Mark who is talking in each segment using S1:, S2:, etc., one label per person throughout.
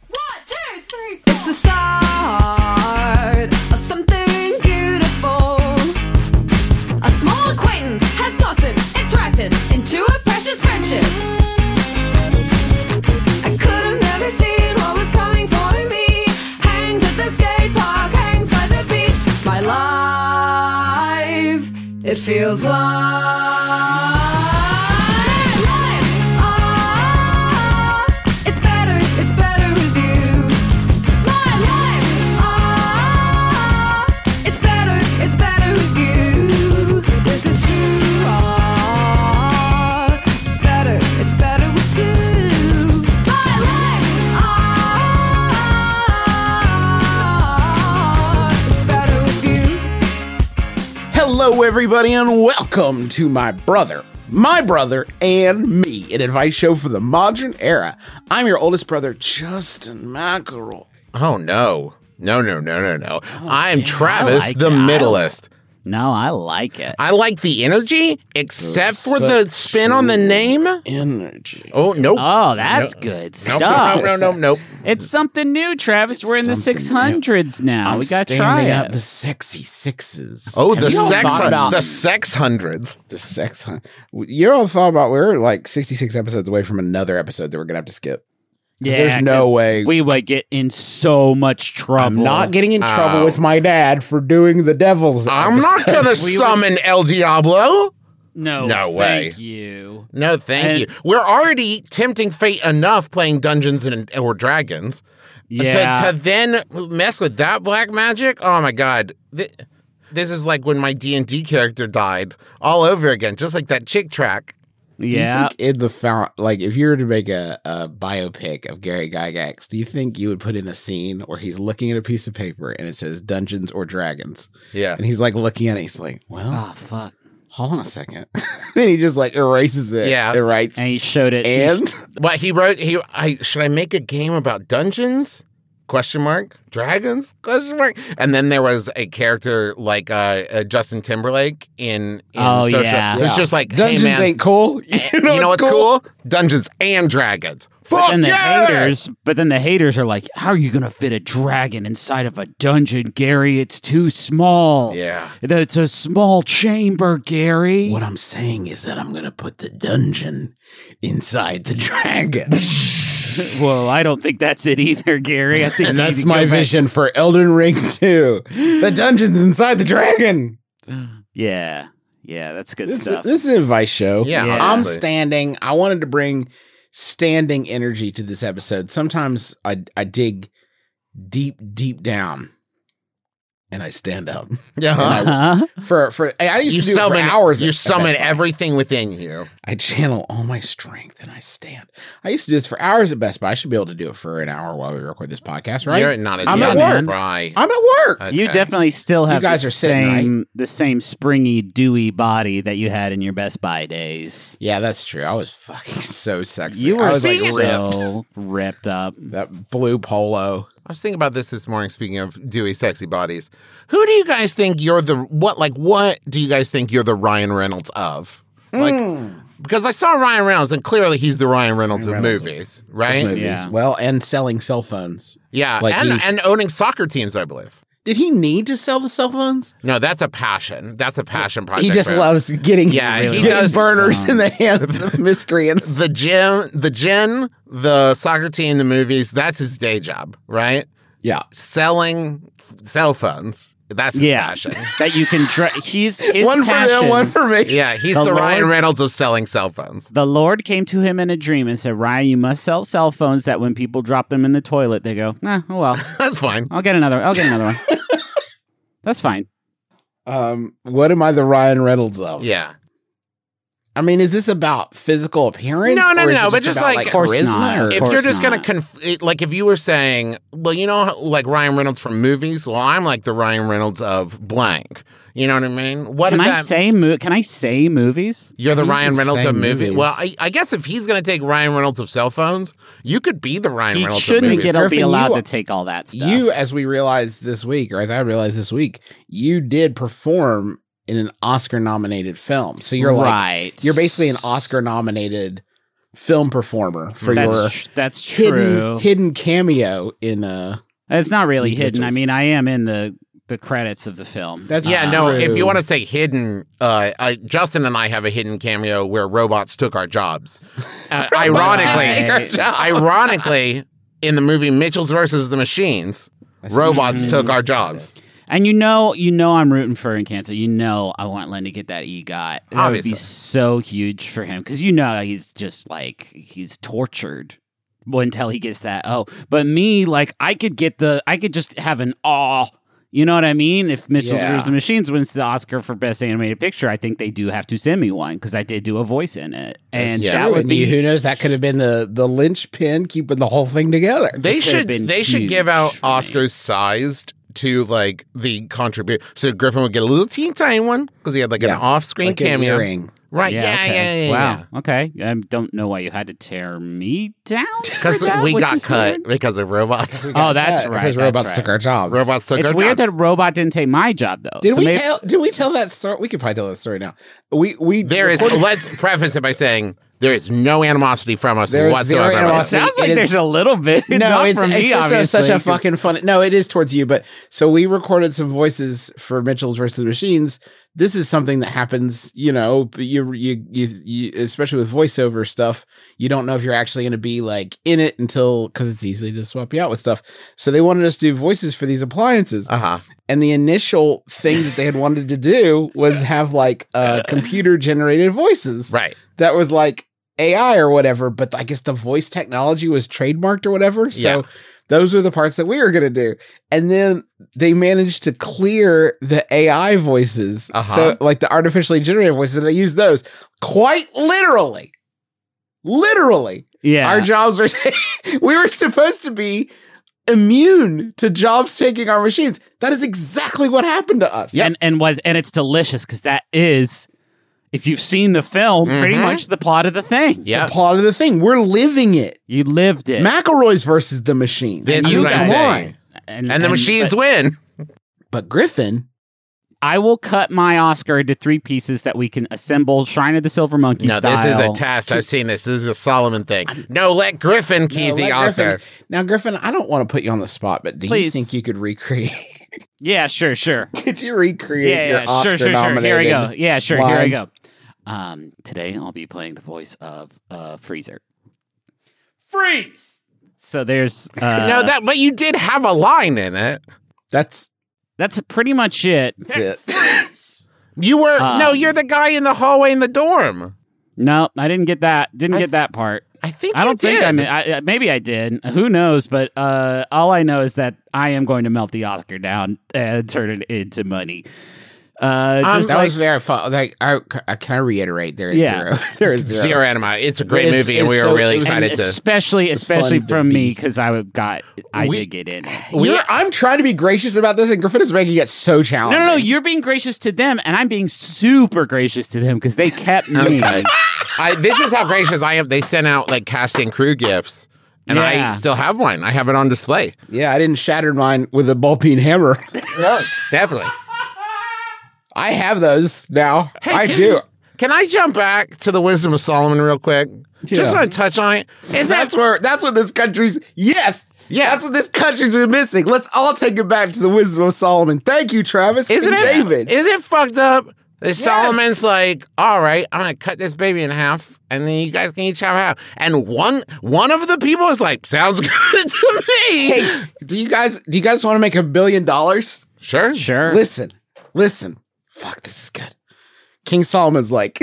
S1: One, two, three, four.
S2: It's the start of something beautiful. A small acquaintance has blossomed, it's ripened into a precious friendship. I could have never seen what was coming for me. Hangs at the skate park, hangs by the beach. My life, it feels like. life. Ah, it's better, it's better with you. My life, ah, it's better, it's better with you. This is true, ah, it's better, it's better with two. My life, ah, it's better with you.
S3: Hello, everybody, and welcome to my brother, my brother, and me, an advice show for the modern era. I'm your oldest brother, Justin McElroy.
S4: Oh no. No, no, no, no, no. I'm Travis,
S5: like
S4: the
S5: it. I
S4: middleist.
S5: No, I like it.
S4: I like the energy, except for the spin on the name.
S3: Energy.
S4: Oh nope.
S5: Oh, that's good
S4: Nope,
S5: stuff.
S4: no, no, no, nope.
S5: It's something new, Travis. We're in the
S3: Something
S5: six hundreds now.
S3: I'm
S5: we got to try
S3: standing up
S5: it.
S3: the sexy sixes.
S4: Oh, the
S3: Have you all
S4: sex,
S3: thought about
S4: the sex hundreds.
S3: the sex. Huh? You all thought about we're like 66 episodes away from another episode that we're gonna have to skip.
S5: yeah,
S3: there's no
S5: 'cause
S3: way-
S5: we would get in so much trouble.
S3: I'm not getting in trouble
S4: Oh.
S3: with my dad for doing the devil's.
S4: I'm not
S3: episode.
S4: gonna summon El Diablo.
S5: No,
S4: No way.
S5: Thank you.
S4: No, thank
S5: And-
S4: you. We're already tempting fate enough playing Dungeons and or Dragons. To-
S5: Yeah.
S4: To, then mess with that black magic. Oh my god. Th- This is like when my D and D character died all over again, just like that chick track.
S3: Do you
S5: yeah.
S3: think in the fount, like if you were to make a, a biopic of Gary Gygax, do you think you would put in a scene where he's looking at a piece of paper and it says Dungeons or Dragons?
S4: Yeah.
S3: And he's like looking at it, he's like,
S4: Ah.
S3: Well,
S5: oh fuck.
S3: hold on a second. then he just like erases it.
S4: Yeah.
S3: And writes
S5: And he showed it.
S3: and
S4: What he wrote? He I should I make a game about dungeons? Question mark dragons? Question mark. And then there was a character like uh, uh, Justin Timberlake in, in
S5: Oh,
S4: social.
S5: yeah.
S4: It was just like
S3: Dungeons
S4: hey, man,
S3: ain't cool.
S4: You know, what's cool? Dungeons and Dragons. Fuck
S5: And the
S4: yeah!
S5: haters, but then the haters are like, "How are you gonna fit a dragon inside of a dungeon, Gary? It's too small.
S4: Yeah.
S5: it's a small chamber, Gary.
S3: What I'm saying is that I'm gonna put the dungeon inside the dragon.
S5: Well, I don't think that's it either, Gary. I think
S3: and
S5: you
S3: that's
S5: need to go
S3: my
S5: back-
S3: vision for Elden Ring 2. The dungeon's inside the dragon.
S5: Yeah, yeah, that's good
S3: This,
S5: stuff.
S3: is, this is an advice show.
S4: Yeah,
S5: Yeah.
S3: I'm
S4: honestly.
S3: standing. I wanted to bring standing energy to this episode. Sometimes I I dig deep, deep down. And I stand up
S4: Yeah, huh?
S5: huh?
S3: for for. I used
S4: You
S3: to do it for
S4: summon
S3: hours. at-
S4: You
S3: at
S4: summon
S3: Best Buy.
S4: everything within you.
S3: I channel all my strength and I stand. I used to do this for hours at Best Buy. I should be able to do it for an hour while we record this podcast, right?
S4: You're not a
S3: I'm at work.
S4: young Fry.
S3: I'm at work.
S4: Okay.
S5: You definitely still have
S3: guys
S5: the
S3: are sitting,
S5: same the same springy, dewy body that you had in your Best Buy days.
S3: yeah, that's true. I was fucking so sexy.
S5: You were
S3: I was like ripped.
S5: so ripped up.
S3: That blue polo.
S4: I was thinking about this this morning. Speaking of dewy, sexy bodies, who do you guys think you're the what? Like, what do you guys think you're the Ryan Reynolds of? Like,
S3: Hmm.
S4: because I saw Ryan Reynolds, and clearly he's the Ryan Reynolds of
S3: Reynolds of-
S4: movies, right?
S3: movies.
S5: Yeah.
S3: Well, and selling cell phones.
S4: Yeah,
S3: Like
S4: and
S3: he's-
S4: and owning soccer teams, I believe.
S3: Did he need to sell the cell phones?
S4: No, that's a passion. That's a passion project.
S3: He just
S4: for him.
S3: loves getting
S4: Yeah, he
S3: getting
S4: does.
S3: burners in the hands of miscreants.
S4: the gym, the gym, the soccer team, the movies. That's his day job, right?
S3: Yeah.
S4: Selling f- cell phones. That's his
S5: yeah,
S4: passion.
S5: that you can. Dra- he's his
S3: one for
S5: passion-
S3: them, one for me.
S4: Yeah, he's
S5: The
S4: the, Ryan
S5: Lord-
S4: Reynolds of selling cell phones.
S5: The Lord came to him in a dream and said, "Ryan, you must sell cell phones that when people drop them in the toilet, they go, nah, oh well,
S4: That's fine.
S5: I'll get another. I'll get another one. That's fine.
S3: Um, what am I the Ryan Reynolds of?
S4: Yeah.
S3: I mean, is this about physical appearance?
S4: No, no,
S3: or is
S4: no,
S3: it
S4: but just like- Of
S5: course not.
S3: charisma. or-
S5: Of
S4: if
S5: course
S4: you're just
S5: not.
S4: gonna conf- it- like if you were saying well you know how- like ryan reynolds from movies well i'm like the ryan reynolds of blank you know what i mean what
S5: Can
S4: does
S5: I
S4: that
S5: say mo- Can I say movies?
S4: you're the
S3: You
S4: ryan
S3: could
S4: reynolds
S3: say
S4: of movies
S3: movies.
S4: well I, I guess if he's gonna take ryan reynolds of cell phones you could be the ryan
S5: He
S4: reynolds of
S5: shouldn't
S4: movies.
S5: get
S3: Griffin,
S5: be
S3: you-
S5: allowed to take all that stuff.
S3: you, as we realized this week, or as I realized this week, you did perform in an Oscar-nominated film. So you're like,
S5: right.
S3: you're basically an Oscar-nominated film performer for
S5: That's
S3: your
S5: tr- that's true.
S3: hidden hidden cameo in uh
S5: It's not really hidden. I
S3: Leakages.
S5: mean, I am in the the credits of the film.
S3: that's
S4: yeah, no. If you
S3: true.
S4: want to say hidden, uh, I, Justin and I have a hidden cameo where robots took our jobs. Uh, ironically, ironically, in the movie Mitchell's versus the Machines, robots took our jobs.
S5: and you know, you know, I'm rooting for in cancer. You know, I want Len to get that EGOT. That would
S4: Obviously.
S5: be so huge for him because you know he's just like he's tortured until he gets that. Oh, but me, like I could get the, I could just have an awe. You know what I mean? If Mitchell's
S3: Yeah.
S5: versus the Machines wins the Oscar for Best Animated Picture, I think they do have to send me one because I did do a voice in it, and
S4: Yeah.
S5: that
S3: True,
S5: would
S3: and
S5: be
S3: you- who knows that could have been the the linchpin keeping the whole thing together.
S4: They
S5: could've
S4: should
S5: been
S4: they should give
S5: huge
S4: out
S5: for me.
S4: Oscars sized to like the contribute. So Griffin would get a little teeny tiny one because he had like
S3: Yeah,
S4: an off screen
S3: like an
S4: cameo.
S3: earring.
S4: Right? Yeah, yeah, yeah, yeah,
S5: wow. Okay. I don't know why you had to tear me down. for
S4: Because
S5: that,
S4: we
S5: which
S4: got
S5: is
S4: cut
S5: weird.
S4: because of robots.
S5: Oh, that's
S3: Yeah,
S5: right.
S3: Because
S5: that's
S3: robots
S5: right.
S3: took our jobs.
S4: robots took
S5: It's
S4: our
S5: weird
S4: jobs.
S5: that robot didn't take my job though.
S3: Did
S5: So
S3: we
S5: maybe-
S3: tell? Did we tell that story? We could probably tell that story now. We we
S4: There is. let's preface it by saying there is no animosity from us
S3: There is zero
S4: whatsoever. about
S5: It
S3: animosity.
S4: this.
S5: sounds
S3: it
S5: like
S3: is-
S5: there's a little bit.
S3: no,
S5: not
S3: it's,
S5: from me,
S3: it's just a,
S5: obviously,
S3: such a
S5: 'cause-
S3: fucking fun. No, it is towards you, but so we recorded some voices for Mitchell's versus Machines. This is something that happens, you know. but You you you, you especially with voiceover stuff, you don't know if you're actually going to be like in it until because it's easy to swap you out with stuff. So they wanted us to do voices for these appliances,
S5: Uh.
S4: Uh-huh.
S3: and the initial thing that they had wanted to do was have like uh, computer generated voices,
S4: Right.
S3: that was like AI or whatever, but I guess the voice technology was trademarked or whatever. So
S4: Yeah.
S3: those were the parts that we were going to do. And then they managed to clear the AI voices.
S4: Uh-huh.
S3: So, like the artificially generated voices, and they used those quite literally. Literally.
S5: yeah.
S3: Our jobs were, we were supposed to be immune to jobs taking our machines. That is exactly what happened to us.
S5: And and what and it's delicious because that is, if you've seen the film, pretty
S3: Mm-hmm.
S4: Mhm.
S5: much the plot of the thing.
S4: Yeah.
S3: Part of the thing. We're living it.
S5: You lived it.
S3: McElroy's versus the machine.
S4: This
S3: I
S4: is
S3: mean,
S4: what I'm
S3: come
S4: saying.
S3: on.
S4: And the machines
S5: but
S4: win.
S3: But Griffin,
S5: I will cut my Oscar into three pieces that we can assemble Shrine of the Silver Monkey
S4: No,
S5: style.
S4: this is a test. I've seen this. This is a Solomon thing. No, let Griffin keep
S3: No,
S4: the
S3: let
S4: Oscar.
S3: Griffin- now, Griffin, I don't want to put you on the spot, but do you
S5: Please.
S3: think you could recreate?
S5: Yeah, sure, sure.
S3: could you recreate your Oscar
S5: sure, sure, sure. Here
S3: nominated?
S5: we go. Yeah, sure. Here
S3: line.
S5: we go. Um, today I'll be playing the voice of uh, Freezer. Freeze. So there's uh,
S4: no, that but you did have a line in it.
S3: That's
S5: that's pretty much it.
S3: that's it.
S4: You were
S3: Uh,
S4: no,
S5: Um,
S4: you're the guy in the hallway in the dorm.
S5: No, I didn't get that. Didn't get that part.
S4: I think
S5: I
S4: you
S5: don't think
S4: did.
S5: I mean I, I- maybe I did. Who knows? But uh, all I know is that I am going to melt the Oscar down and turn it into money. Uh,
S4: Um,
S5: just
S3: that
S5: like,
S3: was very fun. Like, I, I- can I reiterate? There is
S5: Yeah.
S3: zero. There is zero.
S4: Zero anima. It's a great
S3: It's-
S4: movie, and
S3: it's
S4: we were
S3: so-
S4: really
S3: it was-
S4: excited
S5: and
S4: to.
S5: especially especially
S3: fun to
S5: from me
S3: be-
S5: because I got I
S4: We-
S5: did get in.
S3: You're- I'm trying to be gracious about this, and Griffin is making it so
S5: No,
S3: challenging.
S5: no, no. You're being gracious to them, and I'm being super gracious to them because they kept me.
S4: Okay. I, this is how gracious I am. They sent out like casting crew gifts, and I
S5: Yeah.
S4: still have one. I have it on display.
S3: Yeah, I didn't shatter mine with a ball peen hammer.
S4: No, definitely.
S3: I have those now. I
S4: can-
S3: do.
S4: Can I jump back to the wisdom of Solomon real quick?
S3: Yeah.
S4: Just want to touch on it. Is that
S3: that's where that's what this country's yes.
S4: Yeah.
S3: that's what this country's been missing. Let's all take it back to the wisdom of Solomon. Thank you, Travis.
S4: Isn't
S3: and
S4: it?
S3: David?
S4: Is it fucked up? That Solomon's
S3: Yes.
S4: like, all right, I'm gonna cut this baby in half, and then you guys can each have half. And one one of the people is like, sounds good to me.
S3: hey, do you guys do you guys want to make a billion dollars?
S4: Sure,
S5: sure.
S3: Listen, listen. Fuck, this is good. King Solomon's like,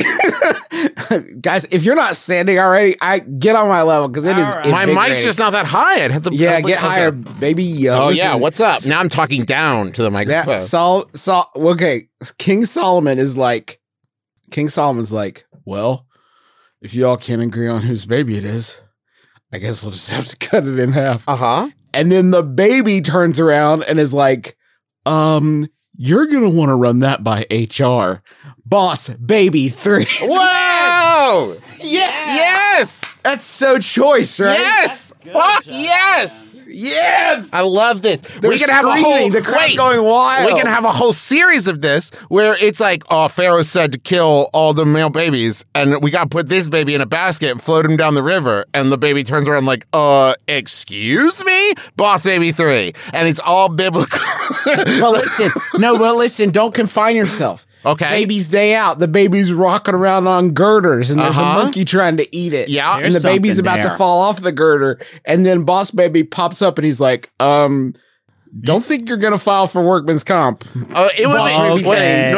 S3: guys, if you're not standing already, I get on my level because it is.
S5: All right.
S4: My mic's
S3: invigorating.
S4: just not that high. It had the
S3: yeah, get
S4: okay.
S3: higher, baby. Yo,
S4: Oh yeah,
S3: listen.
S4: what's up? Now I'm talking down to the
S3: Yeah,
S4: microphone.
S3: Sol, Sol, okay. King Solomon is like, King Solomon's like, Well, if y'all can't agree on whose baby it is, I guess we'll just have to cut it in half.
S4: Uh huh.
S3: And then the baby turns around and is like, um, you're going to want to run that by HR. Boss, baby three.
S4: Wow!
S3: yes.
S4: Yes!
S3: That's so choice, right?
S4: Yes! Fuck yes!
S3: Yes.
S4: I love this.
S3: They're
S4: we can have a whole
S3: screaming. The crowd's
S4: wait.
S3: going wild.
S4: We can have a whole series of this where it's like, oh, Pharaoh said to kill all the male babies, and we got to put this baby in a basket and float him down the river. And the baby turns around like, uh, excuse me, Boss Baby Three, and it's all biblical.
S3: well, listen. No, well, listen. Don't confine yourself.
S4: Okay.
S3: Baby's day out. The baby's rocking around on girders, and there's
S4: Uh-huh.
S3: a monkey trying to eat it.
S4: Yeah.
S3: and the
S5: There's
S3: baby's
S5: something
S3: about to
S5: there.
S3: fall off the girder, and then Boss Baby pops up, and he's like, "Um, don't think you're gonna file for workman's comp."
S4: Uh, it would
S5: Boss
S4: be,
S5: Baby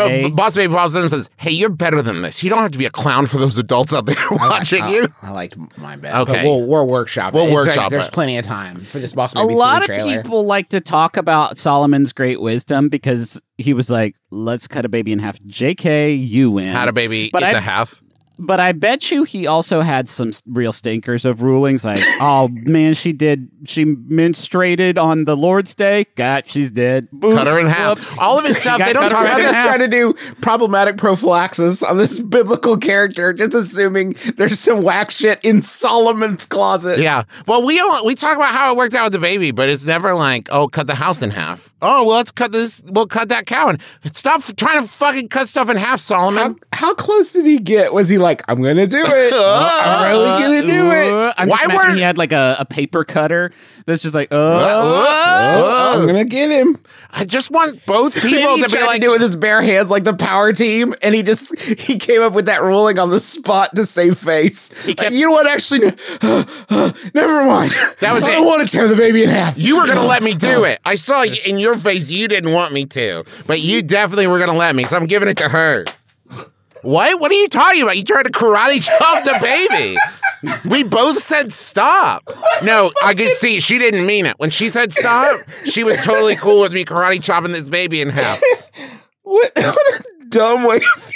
S5: Three.
S4: no, Boss Baby pops in and says, "Hey, you're better than this. You don't have to be a clown for those adults out there watching you."
S3: I liked mine better.
S4: Okay.
S3: but we'll we'll workshop.
S4: We'll
S3: It's like
S4: workshop
S3: there's
S4: it.
S3: plenty of time for this Boss
S5: a
S3: Baby.
S5: lot
S3: 3
S5: of
S3: trailer.
S5: people like to talk about Solomon's great wisdom because he was like, "Let's cut a baby in half." JK, you win.
S4: Had a baby
S5: But
S4: eat
S5: I-
S4: the half.
S5: But I bet you he also had some s- real stinkers of rulings like, "Oh man, she did. She menstruated on the Lord's Day. God, she's dead. Boof,
S4: Cut her in half.
S5: whoops.
S4: All of his stuff,
S5: You
S4: they don't
S5: guys cut
S4: talk
S5: her in
S4: about
S3: I'm
S4: this.
S3: just
S5: half.
S3: trying to do problematic prophylaxis on this biblical character, just assuming there's some whack shit in Solomon's closet.
S4: Yeah. Well, we don't, we talk about how it worked out with the baby, but it's never like, oh, cut the house in half. Oh, well, let's cut this. We'll cut that cow in. Stop trying to fucking cut stuff in half, Solomon.
S3: How close did he get? Was he like, I'm gonna do it?
S4: Uh,
S3: I'm really gonna do it.
S5: Uh, I'm
S4: Why
S5: just imagining
S4: weren't-
S5: he had like a, a paper cutter that's just like, uh,
S4: uh,
S3: I'm gonna get him.
S4: I just want both
S3: People
S4: people
S3: he
S4: to be
S3: tried
S4: like,
S3: to do it with his bare hands, like the power team, and he just he came up with that ruling on the spot to save face. Like,
S5: kept-
S3: you know what? Actually, never mind.
S4: That was
S3: I
S4: it.
S3: don't want to tear the baby in half.
S4: you were going to let me
S3: Oh.
S4: do it. I saw y- in your face you didn't want me to, but you definitely were going to let me, so I'm giving it to her. What? What are you talking about? You tried to karate chop the baby. We both said stop. No, I could see she didn't mean it. When she said stop, she was totally cool with me karate chopping this baby in half.
S3: what, what a dumb way of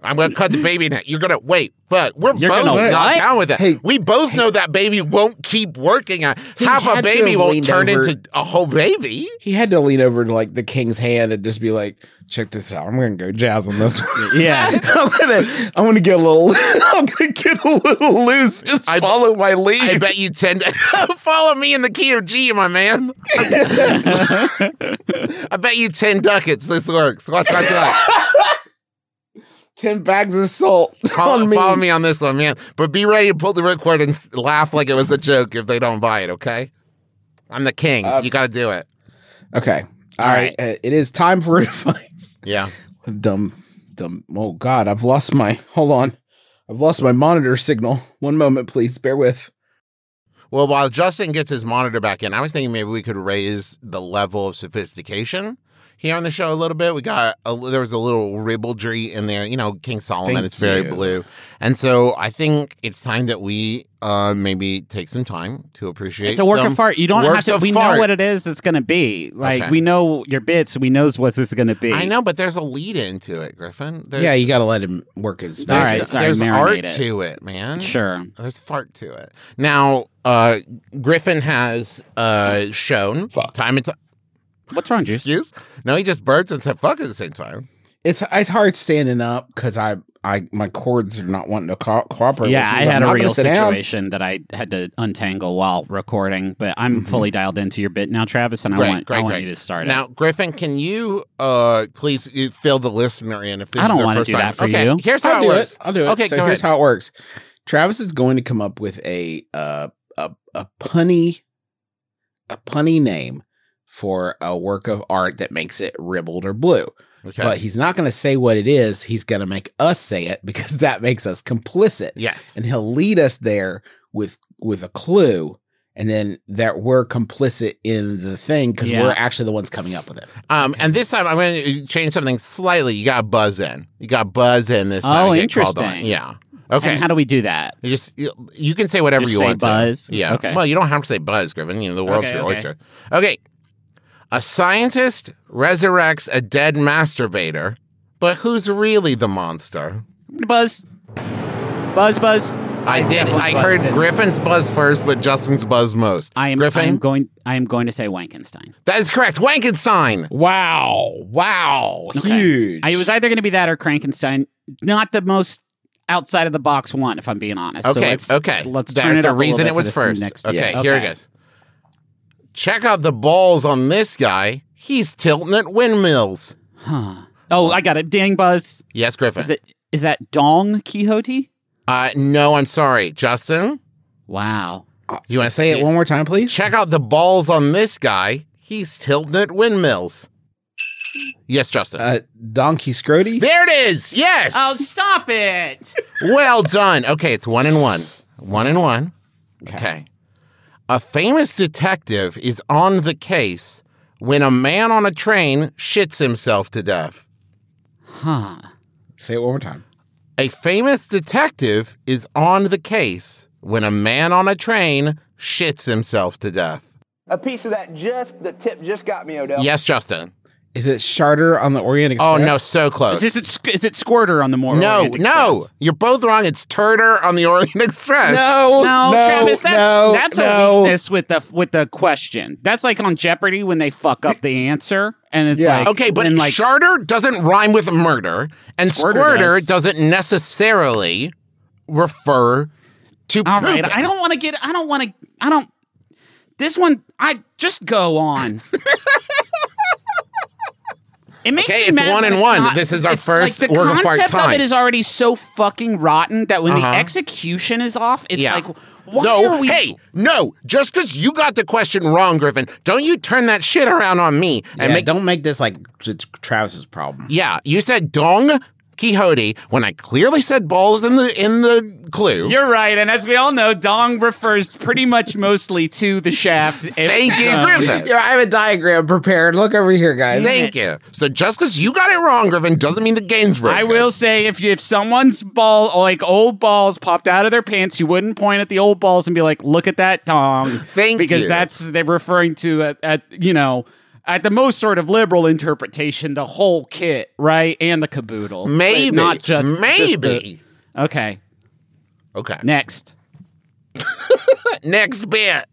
S4: I'm gonna cut the baby in half. You're gonna wait, but we're
S5: You're
S4: both
S5: gonna
S4: not
S5: what?
S4: down with that.
S3: Hey,
S4: we both know that baby won't keep working. on Half
S3: had to
S4: a baby
S3: have
S4: won't
S3: leaned
S4: turn
S3: over.
S4: into a whole baby.
S3: he had to lean over to like the king's hand and just be like, "Check this out. I'm gonna go jazz on this one.
S5: yeah.
S3: I'm gonna, I'm gonna get a little, I'm gonna get a little loose. Just
S4: I-
S3: follow my lead."
S4: I bet you tend to follow me in the key of G, my man. I bet you ten ducats this works. Watch, watch, watch.
S3: Ten bags of salt
S4: Follow,
S3: on me.
S4: follow me on this one, man. But be ready to pull the ripcord and s- laugh like it was a joke if they don't buy it. Okay, I'm the king. you got to do it.
S3: Okay, all right. Uh, it is time for advice.
S4: Yeah.
S3: dumb, dumb. Oh God, I've lost my. Hold on, I've lost my monitor signal. One moment, please. Bear with.
S4: Well, while Justin gets his monitor back in, I was thinking maybe we could raise the level of sophistication here on the show a little bit. We got a, there was a little ribaldry in there, you know, King Solomon.
S3: Thank
S4: it's very
S3: you.
S4: blue, and so I think it's time that we uh, maybe take some time to appreciate.
S5: It's a work
S4: some
S5: of art. You don't have
S4: works
S5: to.
S4: of
S5: We
S4: fart.
S5: know what it is. It's going to be like
S4: Okay.
S5: we know your bits. We knows what it's going to be.
S4: I know, but there's a lead into it, Griffin. There's,
S3: Yeah, you gotta let him work his.
S5: All
S4: there's,
S5: right, sorry,
S4: there's art
S5: marinate it.
S4: to it, man.
S5: Sure.
S4: There's fart to it. Now, uh, Griffin has uh, shown time and time.
S5: What's wrong, Juice?
S4: Excuse? No, he just burps and said fuck at the same time.
S3: It's it's hard standing up because I I my cords are not wanting to co- cooperate.
S5: Yeah,
S3: with me,
S5: I
S3: but I'm
S5: had
S3: not
S5: a
S3: gonna
S5: real
S3: sit down.
S5: situation that I had to untangle while recording, but
S4: Mm-hmm.
S5: I'm fully dialed into your bit now, Travis, and I want I want you to start
S4: Now,
S5: it.
S4: Griffin, can you uh, please uh, fill the listener in if this
S5: I don't
S4: is their
S5: wanna
S4: first
S5: do
S4: time?
S5: that for
S4: okay,
S5: you.
S4: Here's how
S3: I'll
S4: it
S3: do
S4: works.
S3: it. I'll do it.
S4: Okay,
S3: so
S4: go
S3: here's
S4: ahead.
S3: how it works. Travis is going to come up with a uh, a a punny a punny name for a work of art that makes it ribbled or blue.
S4: Okay.
S3: But he's not going to say what it is. He's going to make us say it because that makes us complicit.
S4: yes.
S3: And he'll lead us there with with a clue and then that we're complicit in the thing cuz
S5: Yeah.
S3: we're actually the ones coming up with it.
S4: Um, and this time I'm going to change something slightly. You got to buzz in. You got to buzz in this
S5: Oh,
S4: time. and get called on.
S5: interesting.
S4: Yeah. Okay.
S5: And how do we do that?
S4: you just you, you can say whatever
S5: Just
S4: you
S5: say
S4: want. to.
S5: buzz?
S4: Yeah.
S5: Okay.
S4: Well, you don't have to say buzz, Griffin. You know the world's
S5: Okay,
S4: your
S5: okay.
S4: oyster. Okay. A scientist resurrects a dead masturbator But who's really the monster?
S5: Buzz. Buzz, buzz.
S4: I did. I heard Griffin's buzz first, but Justin's buzz most.
S5: I am,
S4: Griffin.
S5: I am going. I am going to say Wankenstein.
S4: that is correct. Wankenstein.
S3: Wow. Wow. Huge.
S5: I, it was either going to be that or Krankenstein. Not the most outside of the box one, if I'm being honest. So
S4: Okay,
S5: let's-
S4: okay.
S5: Let's
S4: There's
S5: turn it
S4: a
S5: up little
S4: reason
S5: bit
S4: it
S5: for
S4: was
S5: this
S4: first.
S5: Next,
S4: okay,
S5: yes.
S4: here it goes. Check out the balls on this guy. He's tilting at windmills.
S5: Oh, I got it. Dang Buzz.
S4: Yes, Griffin.
S5: Is that is that Dong Quixote?
S4: uh, no, I'm sorry, Justin.
S5: Wow.
S4: You want to
S3: Uh, Say it one more time, please.
S4: Check out the balls on this guy. He's tilting at windmills. Yes, Justin.
S3: Uh, Donkey Scrody.
S4: there it is. Yes.
S5: Oh, stop it.
S4: Well done. Okay, it's one and one. One and one. Okay. A famous detective is on the case when a man on a train shits himself to death.
S3: Say it one more time.
S4: A famous detective is on the case when a man on a train shits himself to death.
S6: A piece of that just, the tip just got me, Odell.
S4: Yes, Justin.
S3: Is it Charter on the Orient
S4: Oh,
S3: Express?
S4: no, so close.
S5: Is, this, is it- is it Squirter on the more?
S4: no,
S5: Orient
S4: no.
S5: Express?
S4: You're both wrong. It's Turner on the Orient Express.
S3: No,
S5: No,
S3: no,
S5: Travis, that's
S3: no,
S5: that's
S3: no.
S5: a weakness with the with the question. That's like on Jeopardy when they fuck up the answer, and it's
S3: Yeah.
S5: like
S4: Okay, but
S5: when, like
S4: charter doesn't rhyme with murder, and squirter,
S5: Squirter does.
S4: doesn't necessarily refer to
S5: All right,
S4: pooping.
S5: I don't want to get. I don't want to. I don't. This one, I just go on. It makes
S4: Okay,
S5: me
S4: it's
S5: mad
S4: one
S5: when
S4: and one.
S5: not-
S4: This is our
S5: it's
S4: first
S5: like the
S4: work of our
S5: concept
S4: time.
S5: of it is already so fucking rotten that when
S4: Uh-huh.
S5: the execution is off, it's
S4: Yeah.
S5: like, why
S4: no,
S5: are we?
S4: hey, no! Just because you got the question wrong, Griffin, don't you turn that shit around on me and
S3: Yeah,
S4: make.
S3: don't make this like t- t- Travis's problem.
S4: Yeah, you said Dong Quixote when I clearly said balls in the in the clue.
S5: You're right, and as we all know, dong refers pretty much mostly to the shaft. Um,
S4: Thank you, Griffin.
S3: Yeah, I have a diagram prepared. Look over here, guys.
S4: Thank you. So just because you got it wrong, Griffin, doesn't mean the game's broken.
S5: I will say if you, if someone's ball like old balls popped out of their pants, you wouldn't point at the old balls and be like, "Look at that dong,"
S4: Thank
S5: because
S4: you.
S5: that's they're referring to at, at you know at the most sort of liberal interpretation the whole kit right and the caboodle Like,
S4: Maybe.
S5: not just just the-
S4: Maybe.
S5: okay,
S4: Okay.
S5: next,
S4: Next bit.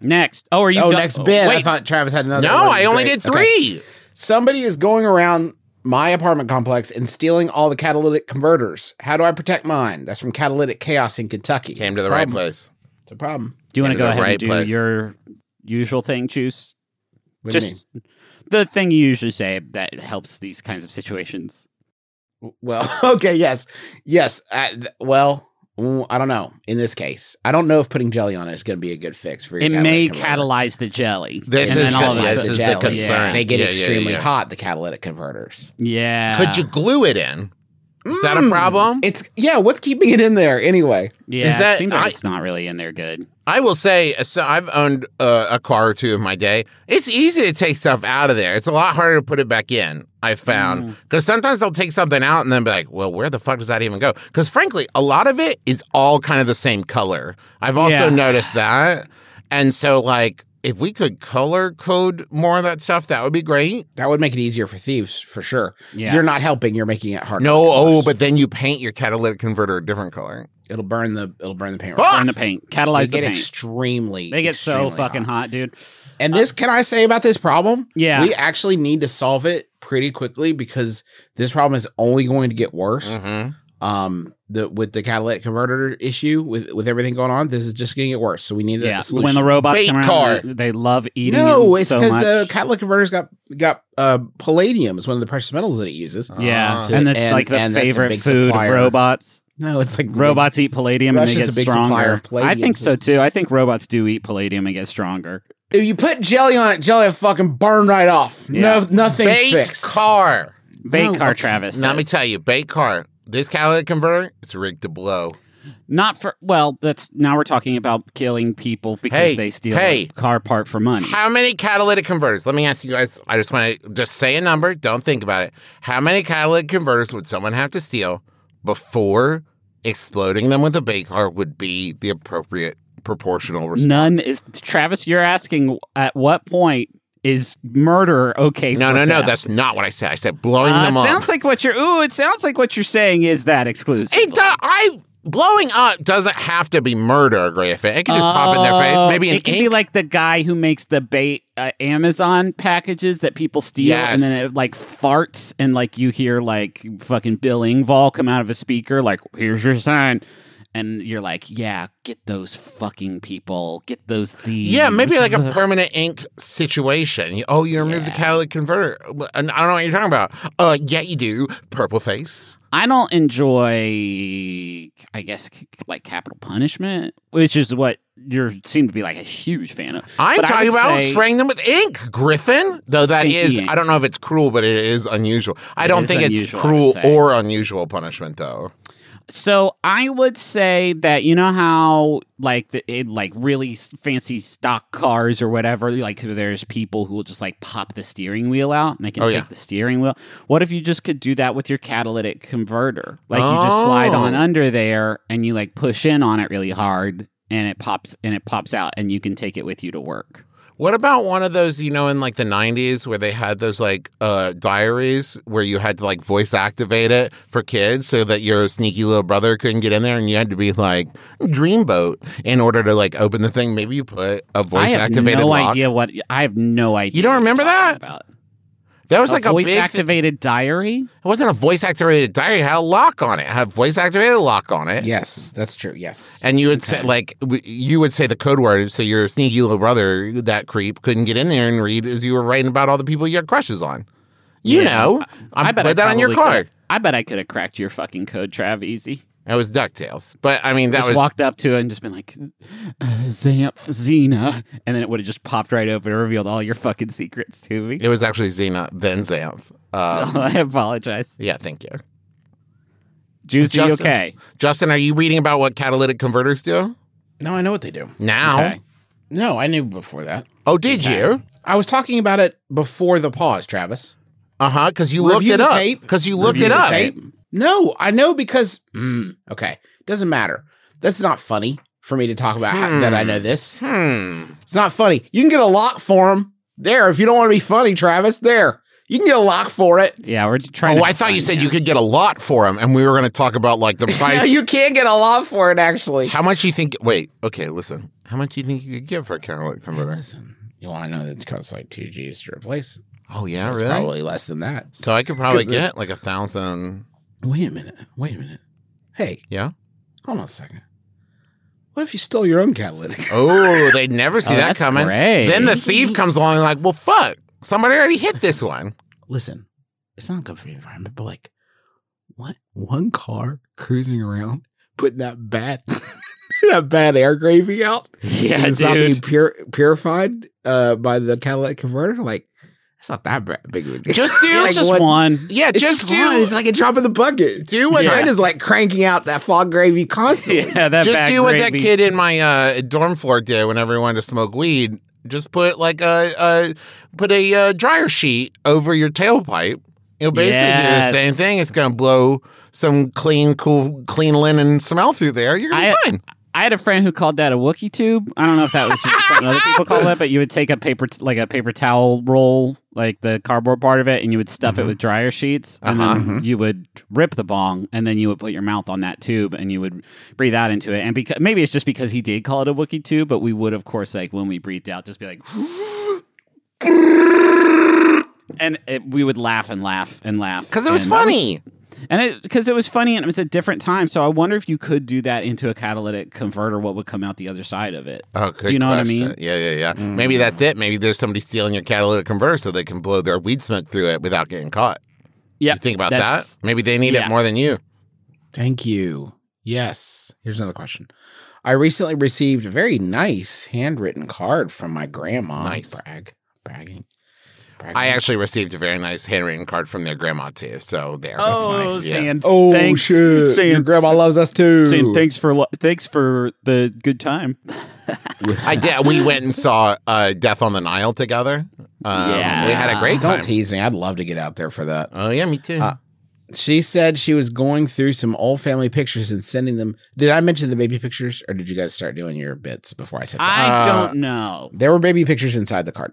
S5: next. Oh, are you?
S3: Oh,
S5: done-
S3: next bit. I
S5: Wait,
S3: thought Travis had another.
S4: No,
S3: one.
S4: I only
S3: Great.
S4: did
S3: Okay.
S4: three.
S3: Somebody is going around my apartment complex and stealing all the catalytic converters. How do I protect mine? That's from Catalytic Chaos in Kentucky.
S4: Came
S3: It's
S4: to
S3: a
S4: the right
S3: problem.
S4: place.
S3: It's a problem.
S5: do you want to
S4: Into the
S5: go ahead
S4: right
S5: and do
S4: place.
S5: your usual thing, juice?
S3: What do you
S5: Just the thing you usually say that helps these kinds of situations.
S3: mean? well, okay, yes, yes. I, th- well, mm, I don't know. In this case, I don't know if putting jelly on it is going to be a good fix for your
S5: It may
S3: catalytic
S5: catalyze the jelly.
S4: This
S5: and
S4: is
S5: then all
S4: good.
S5: of a
S4: Yes,
S3: converter.
S4: this
S5: sudden-
S4: is the
S3: Jelly.
S4: concern.
S3: They get
S4: Yeah, yeah,
S3: extremely
S4: yeah.
S3: hot. The catalytic converters. Mm.
S5: yeah.
S4: Could you glue it in? Is that a problem?
S3: It's yeah. What's keeping it in there anyway?
S5: Yeah,
S4: is that-
S5: it seems like
S4: I-
S5: it's not really in there good.
S4: I will say, so I've owned uh, a car or two in my day. It's easy to take stuff out of there. It's a lot harder to put it back in, I've found. Because sometimes I'll take something out and then be like, well, where the fuck does that even go? Because frankly, a lot of it is all kind of the same color. I've also
S5: Yeah.
S4: noticed that. And so, like, if we could color code more of that stuff, that would be great.
S3: That would make it easier for thieves for sure.
S5: Yeah.
S3: You're not helping. You're making it harder.
S4: No,
S3: for
S4: oh,
S3: thieves.
S4: but then you paint your catalytic converter a different color.
S3: it'll burn the it'll burn the paint.
S4: Fuck!
S5: Burn the paint.
S3: They
S5: Catalyze the
S3: get
S5: paint.
S3: extremely.
S5: they get so
S3: extremely
S5: fucking hot, dude.
S3: And this, can I say about this problem?
S5: Yeah.
S3: we actually need to solve it pretty quickly because this problem is only going to get worse.
S4: Mm-hmm.
S3: Um, the with the catalytic converter issue with with everything going on, this is just going to get worse. So we need
S5: Yeah.
S3: a solution.
S5: When the robots
S4: Bait
S5: come around,
S4: car.
S5: They, they love eating.
S3: no,
S5: them
S3: it's
S5: so
S3: because
S5: much.
S3: the catalytic converters got got uh, palladium is one of the precious metals that it uses.
S5: yeah,
S3: Ah.
S5: and it's
S3: And-
S5: like the
S3: and that's a
S5: favorite
S3: big
S5: food
S3: supplier.
S5: of robots.
S3: No, it's like
S5: Robots eat palladium and
S3: Russia's
S5: they
S3: a
S5: get
S3: big supplier
S5: stronger.
S3: of palladium,
S5: I think
S3: so
S5: so
S3: it's-
S5: too. I think robots do eat palladium and get stronger.
S3: If you put jelly on it, jelly will fucking burn right off. No,
S5: Yeah.
S3: nothing
S4: Bait
S3: fixed.
S4: car.
S5: Bait
S3: No,
S5: car,
S3: okay.
S5: Travis.
S4: Now, let
S5: says.
S4: me tell you, bait car, this catalytic converter, it's rigged to blow.
S5: Not for well. That's now we're talking about killing people because
S4: Hey,
S5: they steal
S4: hey.
S5: a car part for money.
S4: How many catalytic converters? Let me ask you guys. I just want to just say a number. Don't think about it. How many catalytic converters would someone have to steal before exploding them with a bait car would be the appropriate proportional response?
S5: None is Travis. You're asking at what point is murder okay?
S4: No,
S5: for
S4: no, no.
S5: them?
S4: That's not what I said. I said blowing
S5: Uh,
S4: them
S5: it
S4: up.
S5: sounds like what you're. Ooh, it sounds like what you're saying is that exclusive.
S4: It do- I blowing up doesn't have to be murder, Griffin. It can just pop in their face.
S5: Oh,
S4: Maybe an
S5: it could be
S4: ink.
S5: like the guy who makes the bait uh, Amazon packages that people steal, and then
S4: Yes.
S5: it like farts, and like you hear like fucking Bill Ingvall come out of a speaker, like "Here's your sign," and you're like, "Yeah, get those fucking people, get those thieves."
S4: yeah, maybe like a permanent ink situation. You- Oh, you removed the catalytic converter. And I don't know what you're talking about. Uh, yeah, you do. Purple face.
S5: I don't enjoy, I guess, c- like capital punishment, which is what you seem to be like a huge fan of.
S4: I'm
S5: But I
S4: talking
S5: would
S4: about
S5: say-
S4: spraying them with ink, Griffin. Though that
S5: Stinky
S4: is,
S5: ink.
S4: I don't know if it's cruel, but it is unusual. I don't
S5: is
S4: think
S5: unusual,
S4: it's
S5: I would
S4: cruel
S5: say.
S4: or unusual punishment, though.
S5: So I would say that you know how like the it, like really s- fancy stock cars or whatever like there's people who will just like pop the steering wheel out and they can
S4: Oh,
S5: take
S4: yeah.
S5: the steering wheel. What if you just could do that with your catalytic converter? Like you just slide on
S4: Oh.
S5: under there and you like push in on it really hard and it pops and it pops out and you can take it with you to work.
S4: What about one of those, you know, in like the 90s where they had those like uh, diaries where you had to like voice activate it for kids so that your sneaky little brother couldn't get in there and you had to be like dreamboat in order to like open the thing? Maybe you put a voice
S5: I have
S4: Oh, activated
S5: no
S4: lock.
S5: idea what I have no idea.
S4: don't
S5: what you're
S4: remember
S5: talking
S4: that?
S5: About.
S4: That was
S5: a
S4: like a
S5: voice
S4: big thing.
S5: activated diary.
S4: It wasn't a voice activated diary. It had a lock on it. It had a voice activated lock on it.
S3: Yes, that's true. Yes.
S4: And you would say like w- you would say the code word, so your sneaky little brother, that creep, couldn't get in there and read as you were writing about all the people you had crushes on. You
S5: Yeah.
S4: know, I, put that on your
S5: probably
S4: card.
S5: could've- I bet I could have cracked your fucking code, Trav, easy.
S4: That was Ducktales, but I mean that
S5: just
S4: was
S5: walked up to it and just been like, uh, Zamp Xena. And then it would have just popped right open and revealed all your fucking secrets to me.
S4: it was actually Xena then Xanth. Uh,
S5: I apologize.
S4: yeah, thank you,
S5: Juicy,
S4: Justin.
S5: okay.
S4: Justin. Are you reading about what catalytic converters do
S3: No, I know what they do.
S4: now?
S5: Okay.
S3: No, I knew before that.
S4: Oh, did you?
S3: I was talking about it before the pause, Travis.
S4: Uh huh. Because you
S3: Review the
S4: looked it up.
S3: tape.
S4: Because you looked
S3: Review
S4: it
S3: the
S4: up.
S3: tape. No, I know because mm, okay, doesn't matter. That's not funny for me to talk about how, that I know this.
S4: Hmm.
S3: It's not funny. You can get a lock for them there if you don't want to be funny, Travis. There, you can get a lock for it.
S5: Yeah, we're trying
S4: Oh,
S5: to.
S4: I
S5: have
S4: thought
S5: fun
S4: you said
S5: here.
S4: you could get a lot for them, and we were going to talk about like the price.
S3: No, you can get a lock for it actually.
S4: How much you think? Wait, okay, listen. How much do you think you could get for a catalytic converter?
S3: Listen, you want to know that it costs like two G's to replace.
S4: Oh yeah,
S3: It's
S4: really?
S3: probably less than that.
S4: So I could probably
S3: 'Cause it-
S4: get like a thousand.
S3: Wait a minute. Wait a minute. Hey,
S4: Yeah.
S3: hold on a second. What if you stole your own catalytic?
S4: Oh, they'd never see
S5: Oh,
S4: that
S5: that's
S4: coming.
S5: great.
S4: Then the thief comes along and like, well, fuck, somebody already hit this one.
S3: Listen, it's not good for the environment, but like, what? One car cruising around, putting that bad, that bad air gravy out.
S5: Yeah,
S3: it's not being
S5: dude.
S3: pur- purified uh, by the catalytic converter. Like, it's not that bad, big of a deal.
S4: Just do,
S5: It's
S3: like
S5: just
S3: what-
S5: one.
S4: yeah,
S3: It's
S4: just do,
S3: fine. It's like a drop in the bucket.
S4: do what,
S5: Yeah.
S3: China's like cranking out that fog gravy constantly.
S5: Yeah, that
S4: just
S5: bad
S4: do what that
S5: gravy.
S4: kid in my uh, dorm floor did whenever he wanted to smoke weed. Just put like a, a put a uh, dryer sheet over your tailpipe. You'll basically do
S5: Yes.
S4: the same thing. It's gonna blow some clean, cool, clean linen smell through there. You're gonna
S5: I-
S4: be fine.
S5: I had a friend who called that a Wookie tube. I don't know if that was something other people call that, but you would take a paper, t- like a paper towel roll, like the cardboard part of it, and you would stuff
S4: Mm-hmm.
S5: it with dryer sheets, and
S4: Uh-huh.
S5: then you would rip the bong, and then you would put your mouth on that tube, and you would breathe out into it. And because maybe it's just because he did call it a Wookie tube, but we would, of course, like when we breathed out, just be like, and it, we would laugh and laugh and laugh
S4: Because it was
S5: And that
S4: funny.
S5: and because it, was funny and it was a different time, so I wonder if you could do that into a catalytic converter, what would come out the other side of it?
S4: Oh, good
S5: do you know what I mean? Mm.
S4: question. Yeah, yeah, yeah. Maybe that's it. Maybe there's somebody stealing your catalytic converter so they can blow their weed smoke through it without getting caught.
S5: Yeah,
S4: You think about that? Maybe they need
S5: yeah.
S4: it more than you.
S3: Thank you. Yes. Here's another question. I recently received a very nice handwritten card from my grandma.
S4: Nice.
S3: Brag. Bragging. Bragging.
S4: I actually received a very nice handwritten card from their grandma too. So there.
S5: Oh,
S4: That's nice.
S5: saying
S3: Oh
S5: thanks,
S3: shit. Your
S5: saying,
S3: grandma loves us too.
S5: saying thanks for lo- thanks for the good time.
S4: I did. We went and saw uh, Death on the Nile together. Um,
S5: Yeah.
S4: we had a great
S3: Don't
S4: time.
S3: tease Uh, me. I'd love to get out there for that.
S4: oh yeah, me too.
S3: She said she was going through some old family pictures and sending them. Did I mention the baby pictures or did you guys start doing your bits before I said that?
S5: I
S4: Uh,
S5: don't know.
S3: there were baby pictures inside the card.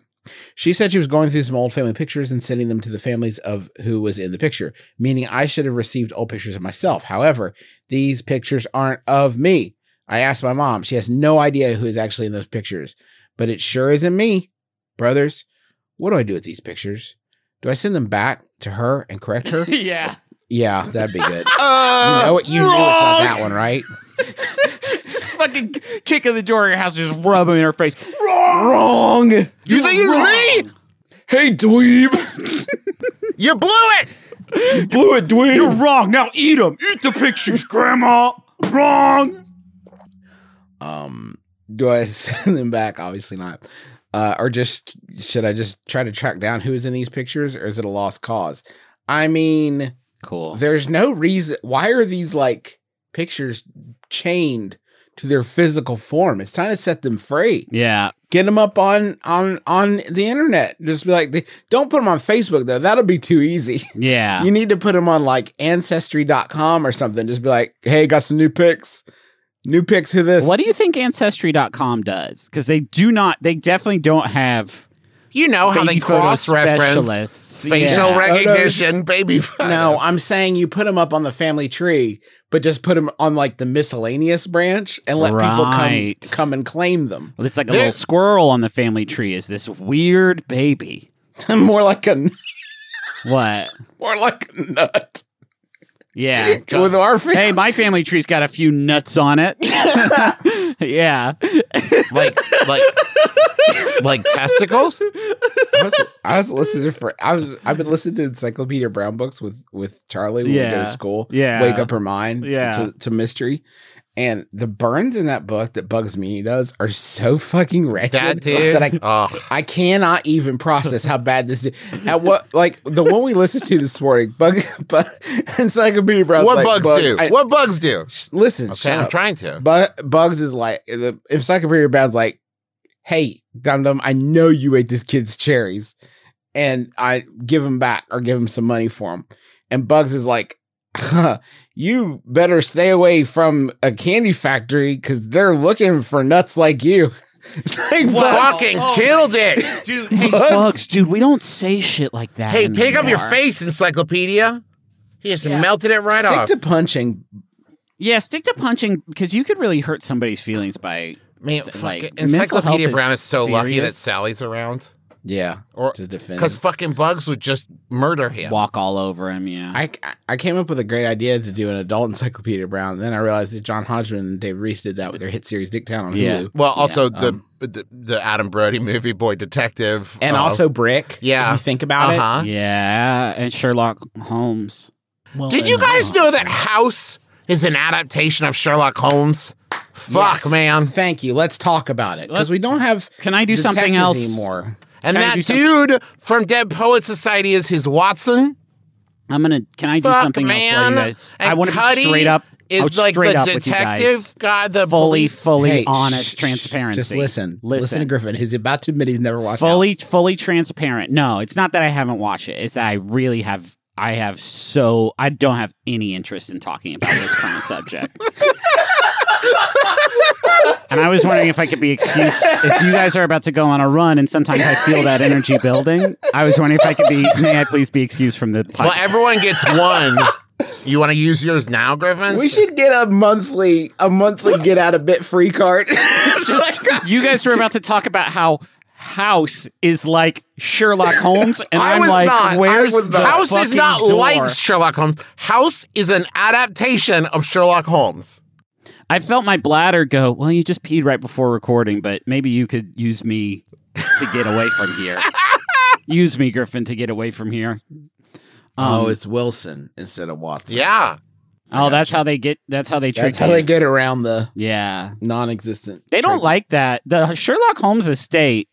S3: She said she was going through some old family pictures and sending them to the families of who was in the picture, meaning I should have received old pictures of myself. However, these pictures aren't of me. I asked my mom. She has no idea who is actually in those pictures, but it sure isn't me. Brothers, what do I do with these pictures? Do I send them back to her and correct her?
S5: yeah.
S3: yeah, that'd be good.
S4: Uh,
S3: you know it. You know it's not
S5: wrong.
S3: that one, right?
S5: Just fucking kick in the door of your house and just rub him in her face.
S3: Wrong.
S4: you think it's me?
S3: Hey, dweeb.
S4: You blew it.
S3: Blew it, dweeb.
S5: You're wrong. Now eat them. Eat the pictures, Grandma. Wrong.
S3: Um, do I send them back? Obviously not. Uh, or just should I just try to track down who is in these pictures, or is it a lost cause? I mean,
S5: Cool.
S3: there's no reason. Why are these like pictures chained to their physical form? It's time to set them free.
S5: Yeah.
S3: Get them up on on on the internet. Just be like, don't put them on Facebook though. That'll be too easy.
S5: Yeah.
S3: You need to put them on like ancestry.com or something. Just be like, hey, got some new pics. New pics of this.
S5: What do you think Ancestry.com does? Because they do not, they definitely don't have
S4: You know how they
S5: baby photo
S4: cross reference
S5: specialists.
S4: facial
S3: Oh,
S5: Yeah.
S4: recognition, baby. photo.
S3: No, I'm saying you put them up on the family tree, but just put them on like the miscellaneous branch and let
S5: Right.
S3: people come come and claim them.
S5: Well, It's like a
S4: There-
S5: little squirrel on the family tree. Is this weird baby?
S3: more like a
S5: What?
S3: more like a nut
S5: Yeah.
S3: with our fa-
S5: hey, my family tree's got a few nuts on it. yeah.
S4: like like like testicles.
S3: I was, I was listening for I was I've been listening to Encyclopedia Brown books with with Charlie when we go
S5: Yeah.
S3: to school.
S5: Yeah.
S3: wake up her mind.
S5: Yeah.
S3: to, to mystery. And the burns in that book that bugs me does are so fucking wretched
S4: That dude.
S3: that I
S4: Ugh.
S3: I cannot even process how bad this is. At what, like the one we listened to this morning, bug, bug encyclopedia brown.
S4: what
S3: like,
S4: bugs, do?
S3: I-
S4: what bugs do?
S3: sh- listen,
S4: Okay,
S3: shut
S4: I'm
S3: up.
S4: trying to.
S3: Bu- bugs is like eh, the encyclopedia brown's like, hey, dum dum, I know you ate this kid's cherries, and I give him back or give him some money for him. And bugs is like. you better stay away from a candy factory because they're looking for nuts like you. it's like, Bugs,
S4: Fucking
S5: oh
S4: killed it.
S3: Bugs.
S5: Bugs, dude, we don't say shit like that.
S4: Hey, pick up your
S5: anymore.
S4: face, encyclopedia. He just melted it right
S3: stick
S4: off.
S3: to punching.
S5: Yeah, stick to punching because you could really hurt somebody's feelings by.
S4: Man,
S5: Like,
S4: fucking
S5: mental
S4: Encyclopedia
S5: health is
S4: Brown is so lucky that
S5: serious.
S4: Sally's around,
S3: Yeah,
S4: or
S3: to defend.
S4: because fucking bugs would just murder him.
S5: Walk all over him, yeah.
S3: I, I came up with a great idea to do an adult Encyclopedia Brown. Then I realized that John Hodgman and Dave Reese did that with their hit series Dicktown on
S5: Yeah.
S3: Hulu,
S4: Well, also the,
S3: um,
S4: the the Adam Brody movie, Boy Detective,
S3: and
S4: uh,
S3: also Brick.
S4: yeah.
S3: if you think about
S4: uh-huh.
S5: yeah, and Sherlock Holmes.
S3: it. Well,
S4: Did you
S3: and-
S4: guys know that House is an adaptation of Sherlock Holmes? Fuck,
S3: Yes.
S4: man!
S3: Thank you. Let's talk about it because we don't have.
S5: Can I do something
S3: detectives
S5: else?
S3: anymore?
S4: And
S5: Can I
S4: that
S5: do some-
S4: dude from Dead Poet Society is his Watson.
S5: I'm gonna. Can I do
S4: Fuck,
S5: something
S4: man!
S5: else while you guys? I
S4: And
S5: want to be
S4: Cuddy
S5: straight up.
S4: Is
S5: I was
S4: like
S5: straight
S4: the
S5: up with you guys.
S4: detective guy, the
S5: fully,
S4: police.
S5: fully
S3: Hey,
S5: honest
S3: shh,
S5: transparency.
S3: Just listen. listen, to
S5: listen,
S3: Griffin, who's about to admit he's never watched.
S5: fully,
S3: House.
S5: fully transparent. No, it's not that I haven't watched it. It's that I really have. I have so I don't have any interest in talking about this kind of subject. and I was wondering if I could be excused if you guys are about to go on a run, and sometimes I feel that energy building. I was wondering if I could be. May I please be excused from the podcast?
S4: Well, everyone gets one. You want to use yours now, Griffin?
S3: We should get a monthly, a monthly get out of bit free card. It's
S5: just you guys were about to talk about how House is like Sherlock Holmes, and
S3: I
S5: I'm
S3: was
S5: like,
S3: not. I
S5: where's
S3: was
S5: the
S3: not.
S4: House is
S5: fucking
S4: not
S5: door?
S4: like Sherlock Holmes. House is an adaptation of Sherlock Holmes.
S5: I felt my bladder go. Well, you just peed right before recording, but maybe you could use me to get away from here. use me, Griffin, to get away from here.
S3: oh,
S5: Um,
S3: it's Wilson instead of Watson.
S4: Yeah.
S5: Oh, that's how they get. That's how they trick.
S3: that's how
S5: you.
S3: they get around the
S5: Yeah,
S3: non-existent.
S5: they don't like that. The Sherlock Holmes estate.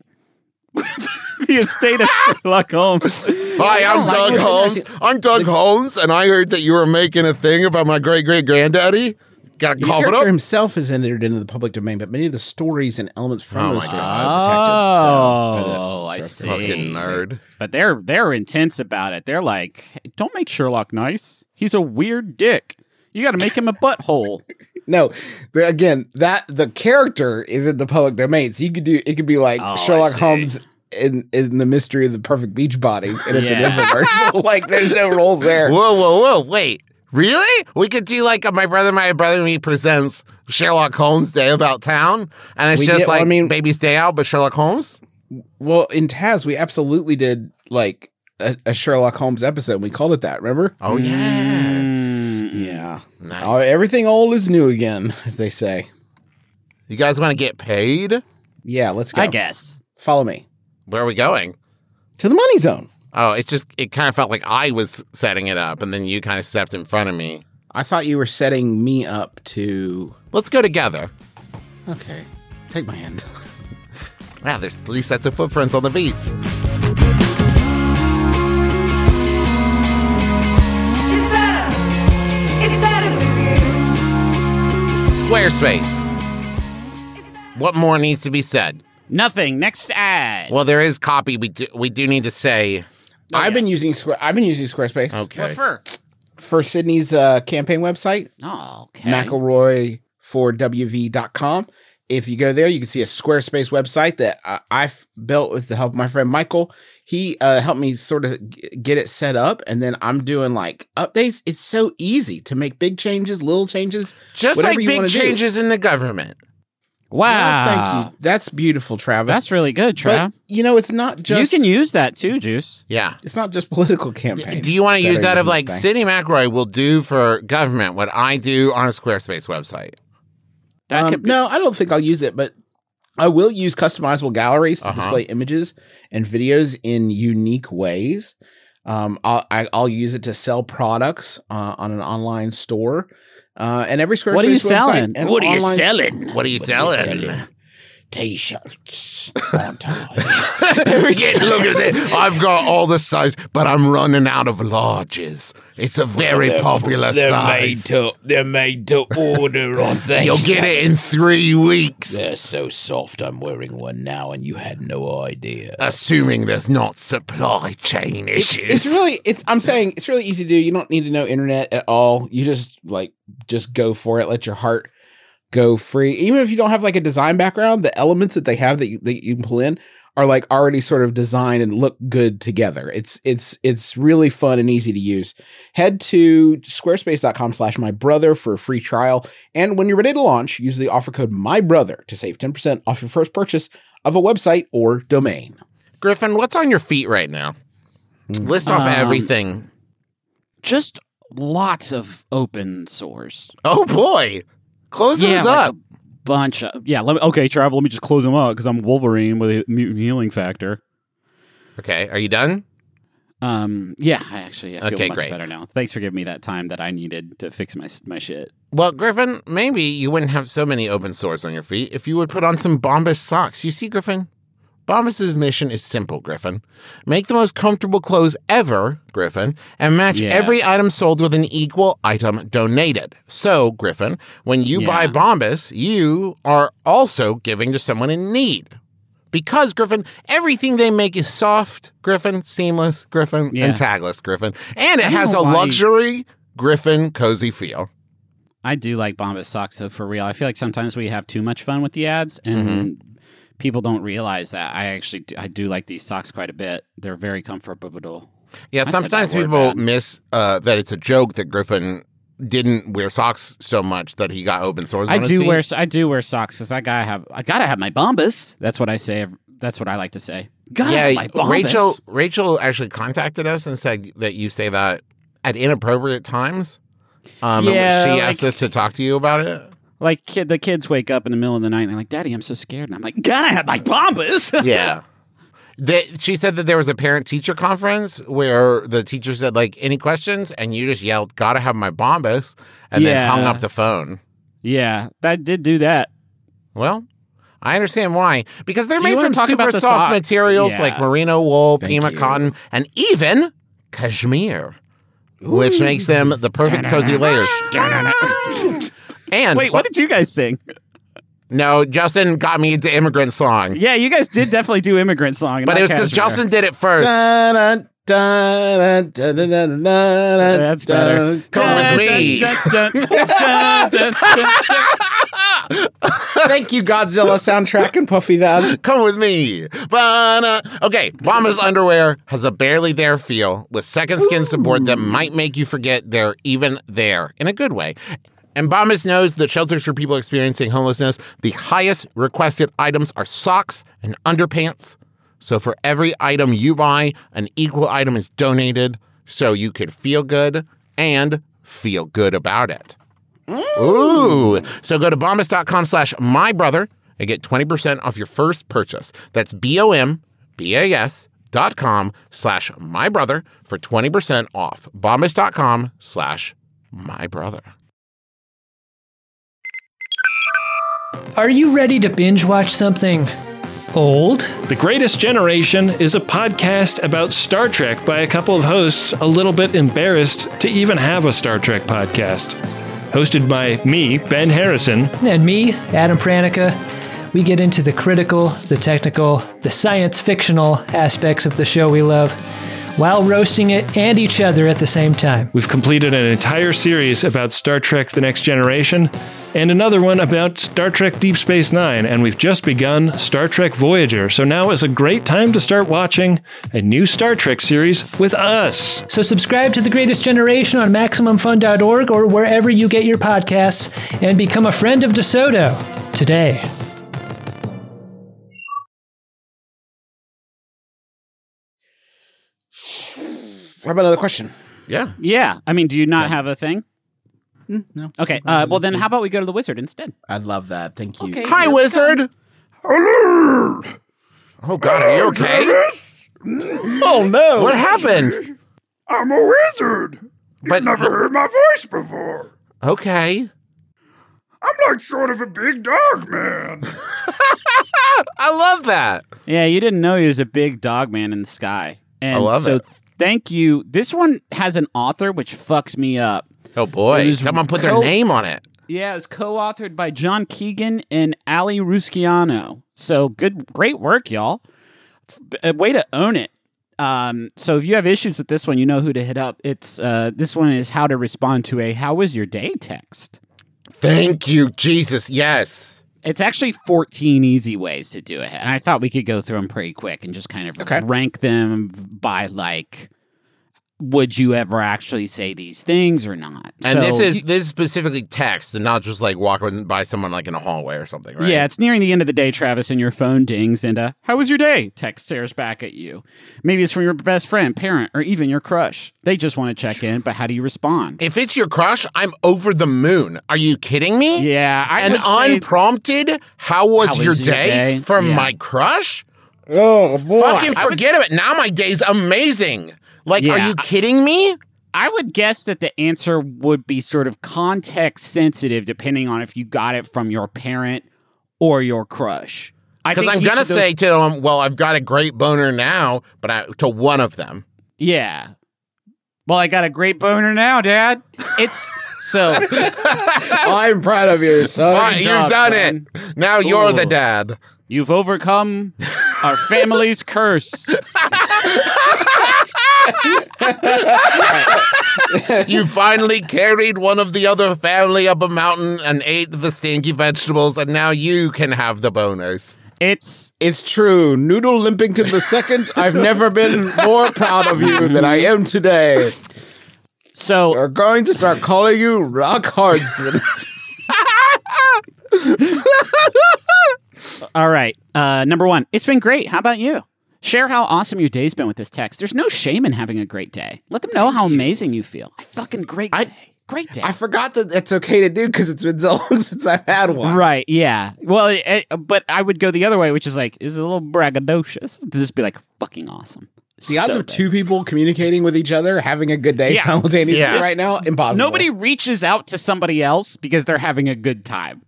S5: the estate of Sherlock Holmes.
S4: Hi,
S3: like
S4: I'm
S3: what's
S4: Doug
S3: in
S4: Holmes. I'm Doug Holmes, and I heard that you were making a thing about my great great granddaddy. Got to
S3: The
S4: cough it
S3: character
S4: up.
S3: himself is entered into the public domain, but many of the stories and elements from
S4: Oh
S3: those
S4: my
S3: stories are
S5: God.
S3: protected. so, by the-
S5: Oh, I see.
S4: Fucking nerd.
S5: But they're they're intense about it. They're like, "Hey, don't make Sherlock nice. He's a weird dick. You got to make him a butthole.
S3: No, the, again, that the character is in the public domain, so you could do it. Could be like
S5: Oh, I
S3: Sherlock
S5: see.
S3: Holmes in in the mystery of the perfect beach body, and it's
S5: Yeah.
S3: an infomercial. like there's no rules there.
S4: Whoa, whoa, whoa, wait. Really? We could do like a My Brother, My Brother, Me presents Sherlock Holmes Day About Town. And it's
S3: We
S4: just
S3: did- well,
S4: like
S3: I mean-
S4: Baby's Day Out, but Sherlock Holmes?
S3: Well, in Taz, we absolutely did like a, a Sherlock Holmes episode. and We called it that. Remember?
S4: Oh, yeah.
S5: Mm.
S3: Yeah.
S4: Nice.
S3: Oh, everything old is new again, as they say.
S4: You guys want to get paid?
S3: Yeah, let's go.
S5: I guess.
S3: Follow me
S4: Where are we going?
S3: to the money zone.
S4: Oh, it's just, it kind of felt like I was setting it up, and then you kind of stepped in front of me.
S3: I thought you were setting me up to.
S4: Let's go together.
S3: Okay, take my hand.
S4: Wow, there's three sets of footprints on the beach.
S2: It's better. It's better with you.
S4: Squarespace. What more needs to be said?
S5: Nothing. Next ad.
S4: Well, there is copy. We do, we do need to say.
S3: I've been using Square. I've been using Squarespace
S5: What
S4: Okay.
S5: for?
S3: for Sydney's uh, campaign website.
S5: Oh, okay.
S3: McElroy for WV.com. If you go there, you can see a Squarespace website that I, I've built with the help of my friend Michael. He uh, helped me sort of g- get it set up, and then I'm doing like updates. It's so easy to make big changes, little changes,
S4: Just
S3: whatever
S4: like
S3: you
S4: big
S3: wanna do.
S4: changes in the government.
S5: Wow.
S3: Well, thank you. That's beautiful, Travis.
S5: Ah. That's really good,
S3: But
S5: Trav.
S3: you know, it's not just
S5: you can use that too, Juice.
S4: Yeah.
S3: It's not just political campaigns.
S4: Do you want to use
S3: are
S4: that
S3: using this
S4: of like
S3: thing.
S4: Sidney McRoy will do for government what I do on a Squarespace website?
S5: That
S3: Um,
S5: could be
S3: no, I don't think I'll use it, but I will use customizable galleries to
S4: Uh-huh.
S3: display images and videos in unique ways. Um, I'll, I, I'll use it to sell products uh, on an online store. Uh, and every Squarespace
S5: What are you
S3: website
S5: selling?
S3: and
S5: What are you
S3: online-
S5: selling?
S4: What are you selling?
S3: T-shirts. on toy.
S4: Get- look at it. I've got all the size, but I'm running out of larges. It's a very popular size.
S3: to they're made to order on things.
S4: You'll get it in three weeks,
S3: so soft. I'm wearing one now, and you had no idea.
S4: assuming there's not supply chain issues.
S3: It's really it's I'm saying it's really easy to do. You don't need to know internet at all. You just like just go for it. Let your heart go free. Even if you don't have like a design background, the elements that they have that you, that you can pull in are like already sort of designed and look good together. It's it's it's really fun and easy to use. Head to squarespace.com slash my brother for a free trial. And when you're ready to launch, use the offer code my brother to save 10% off your first purchase of a website or domain.
S4: Griffin, what's on your feet right now? List off
S5: Um,
S4: everything.
S5: just lots of open source.
S4: Oh boy. Close those
S5: like
S4: up.
S5: a bunch of yeah. Let me okay, Trav. Let me just close them up because I'm Wolverine with a mutant healing factor.
S4: okay, are you done?
S5: Um, yeah, I actually I feel
S4: Okay,
S5: much
S4: great.
S5: better now. Thanks for giving me that time that I needed to fix my s- my shit.
S4: Well, Griffin, maybe you wouldn't have so many open sores on your feet if you would put on some Bombas socks. You see, Griffin? Bombas' mission is simple, Griffin. Make the most comfortable clothes ever, Griffin, and match
S5: Yeah.
S4: every item sold with an equal item donated. So, Griffin, when you buy
S5: Yeah.
S4: Bombas, you are also giving to someone in need. Because, Griffin, everything they make is soft, Griffin, seamless, Griffin,
S5: Yeah.
S4: and tagless, Griffin. And it
S5: I don't
S4: has a
S5: know why-
S4: luxury, Griffin, cozy feel.
S5: I do like Bombas socks though for real. I feel like sometimes we have too much fun with the ads and
S4: Mm-hmm.
S5: people don't realize that. I actually do, I do like these socks quite a bit. They're very comfortable.
S4: Yeah,
S5: said
S4: sometimes
S5: that word
S4: people
S5: bad.
S4: miss uh, that it's a joke that Griffin didn't wear socks so much that he got open sores.
S5: I
S4: on his
S5: do
S4: feet.
S5: wear I do wear socks because I gotta have I gotta have my Bombas. That's what I say. ev- That's what I like to say. Gotta have my Bombas.
S4: Rachel. Rachel actually contacted us and said that you say that at inappropriate times. Um, and
S5: Yeah,
S4: she
S5: like-
S4: asked us to talk to you about it.
S5: Like kid, the kids wake up in the middle of the night and they're like, "Daddy, I'm so scared," and I'm like, "Gotta have my Bombas."
S4: Yeah. That she said that there was a parent teacher conference where the teacher said like any questions and you just yelled gotta have my bombas and then
S5: Yeah.
S4: hung up the phone.
S5: yeah, that did do that.
S4: Well, I understand why. Because they're
S5: Do you
S4: made
S5: wanna
S4: from
S5: talk
S4: super
S5: about the
S4: soft
S5: sock?
S4: materials
S5: Yeah.
S4: like merino wool, Pima
S3: you.
S4: cotton, and even cashmere, which makes them the perfect cozy layers. And
S5: Wait, what did you guys sing?
S4: No, Justin got me into immigrant song.
S5: Yeah, you guys did definitely do immigrant song, and
S4: But
S5: not
S4: it was because
S5: Cashmere.
S4: Justin did it first.
S5: That's better.
S4: Come with uh, me.
S5: Dun, dun, dun, dun, dun, dun, dun, dun.
S3: Thank you, Godzilla soundtrack and Puffy That.
S4: Come with me. Ba-na. Okay, Mama's underwear has a barely there feel with second skin support that might make you forget they're even there in a good way. And Bombas knows that shelters for people experiencing homelessness, the highest requested items are socks and underpants. So for every item you buy, an equal item is donated so you can feel good and feel good about it. Ooh. So go to bombas.com slash my brother and get 20% off your first purchase. That's B O M B A S dot com slash my brother for 20% off. Bombas.com slash my brother.
S7: Are you ready to binge watch something old?
S8: The Greatest Generation is a podcast about Star Trek by a couple of hosts a little bit embarrassed to even have a Star Trek podcast. Hosted by me, Ben Harrison.
S7: And me, Adam Pranica, we get into the critical, the technical, the science fictional aspects of the show we love while roasting it and each other at the same time.
S8: We've completed an entire series about Star Trek The Next Generation and another one about Star Trek Deep Space Nine, and we've just begun Star Trek Voyager. So now is a great time to start watching a new Star Trek series with us.
S7: So subscribe to The Greatest Generation on MaximumFun.org or wherever you get your podcasts and become a friend of DeSoto today.
S3: How about another question?
S4: Yeah.
S5: Yeah. I mean, do you not have a thing? no. Okay. Uh, well, then how about we go to the wizard instead?
S3: I'd love that. Thank you.
S4: Hi, wizard. Hello. Oh, God, are you okay?
S3: Oh no!
S4: What happened?
S9: I'm a wizard.
S4: But,
S9: Never heard my voice before.
S4: okay.
S9: I'm like sort of a big dog man.
S4: I love that.
S5: Yeah, you didn't know he was a big dog man in the sky. And
S4: I love
S5: so
S4: it.
S5: thank you. This one has an author, which fucks me up.
S4: Oh, boy. Someone put their
S5: co-
S4: name on it.
S5: Yeah, it was co-authored by John Keegan and Ali Rusciano. So good, great work, y'all. F- A way to own it. Um, so if you have issues with this one, you know who to hit up. It's uh, this one is how to respond to a "How was your day?" text.
S4: Thank you, Jesus. Yes.
S5: It's actually 14 easy ways to do it, and I thought we could go through them pretty quick and just kind of
S3: Okay.
S5: rank them by like, would you ever actually say these things or not?
S4: And
S5: So-
S4: this is this is specifically text and not just like walking by someone like in a hallway or something, right?
S5: Yeah, it's nearing the end of the day, Travis, and your phone dings and uh, how was your day? Text stares back at you. Maybe it's from your best friend, parent, or even your crush. They just want to check in, but how do you respond?
S4: If it's your crush, I'm over the moon. Are you kidding me?
S5: yeah, I
S4: An
S5: would say-
S4: unprompted, how was,
S5: How was
S4: your,
S5: your
S4: day?
S5: day?
S4: from
S5: Yeah.
S4: my crush?
S3: Oh boy!
S4: Fucking forget about it. Now my day's amazing. Like, are
S5: Yeah.
S4: you kidding me?
S5: I would guess that the answer would be sort of context sensitive, depending on if you got it from your parent or your crush. I
S4: Because
S5: think
S4: I'm
S5: each
S4: going to
S5: of those-
S4: say to them, well, I've got a great boner now, but I, to one of them.
S5: yeah. Well, I got a great boner now, Dad. It's so.
S3: I'm proud of you, son.
S4: All right,
S5: job,
S4: you've done
S5: son.
S4: it. Now you're the
S5: Ooh.
S4: dad.
S5: You've overcome our family's curse.
S4: You finally carried one of the other family up a mountain and ate the stinky vegetables, and now you can have the bonus.
S5: It's
S3: It's true. Noodle Limpington the second. I've never been more proud of you than I am today.
S5: so
S3: We're going to start calling you Rock Hardson.
S5: all right. Uh, number one, it's been great. How about you? Share how awesome your day's been with this text. There's no shame in having a great day. Let them know how amazing you feel. I fucking great
S3: I-
S5: day. Great day.
S3: I forgot that that's okay to do because it's been so long since I've had one.
S5: right. Yeah. Well, it, it- but I would go the other way, which is like, is a little braggadocious to just be like fucking awesome.
S3: The odds
S5: So
S3: of
S5: good.
S3: two people communicating with each other, having a good day
S5: Yeah.
S3: simultaneously
S4: Yeah.
S3: right now, impossible.
S5: Nobody reaches out to somebody else because they're having a good time.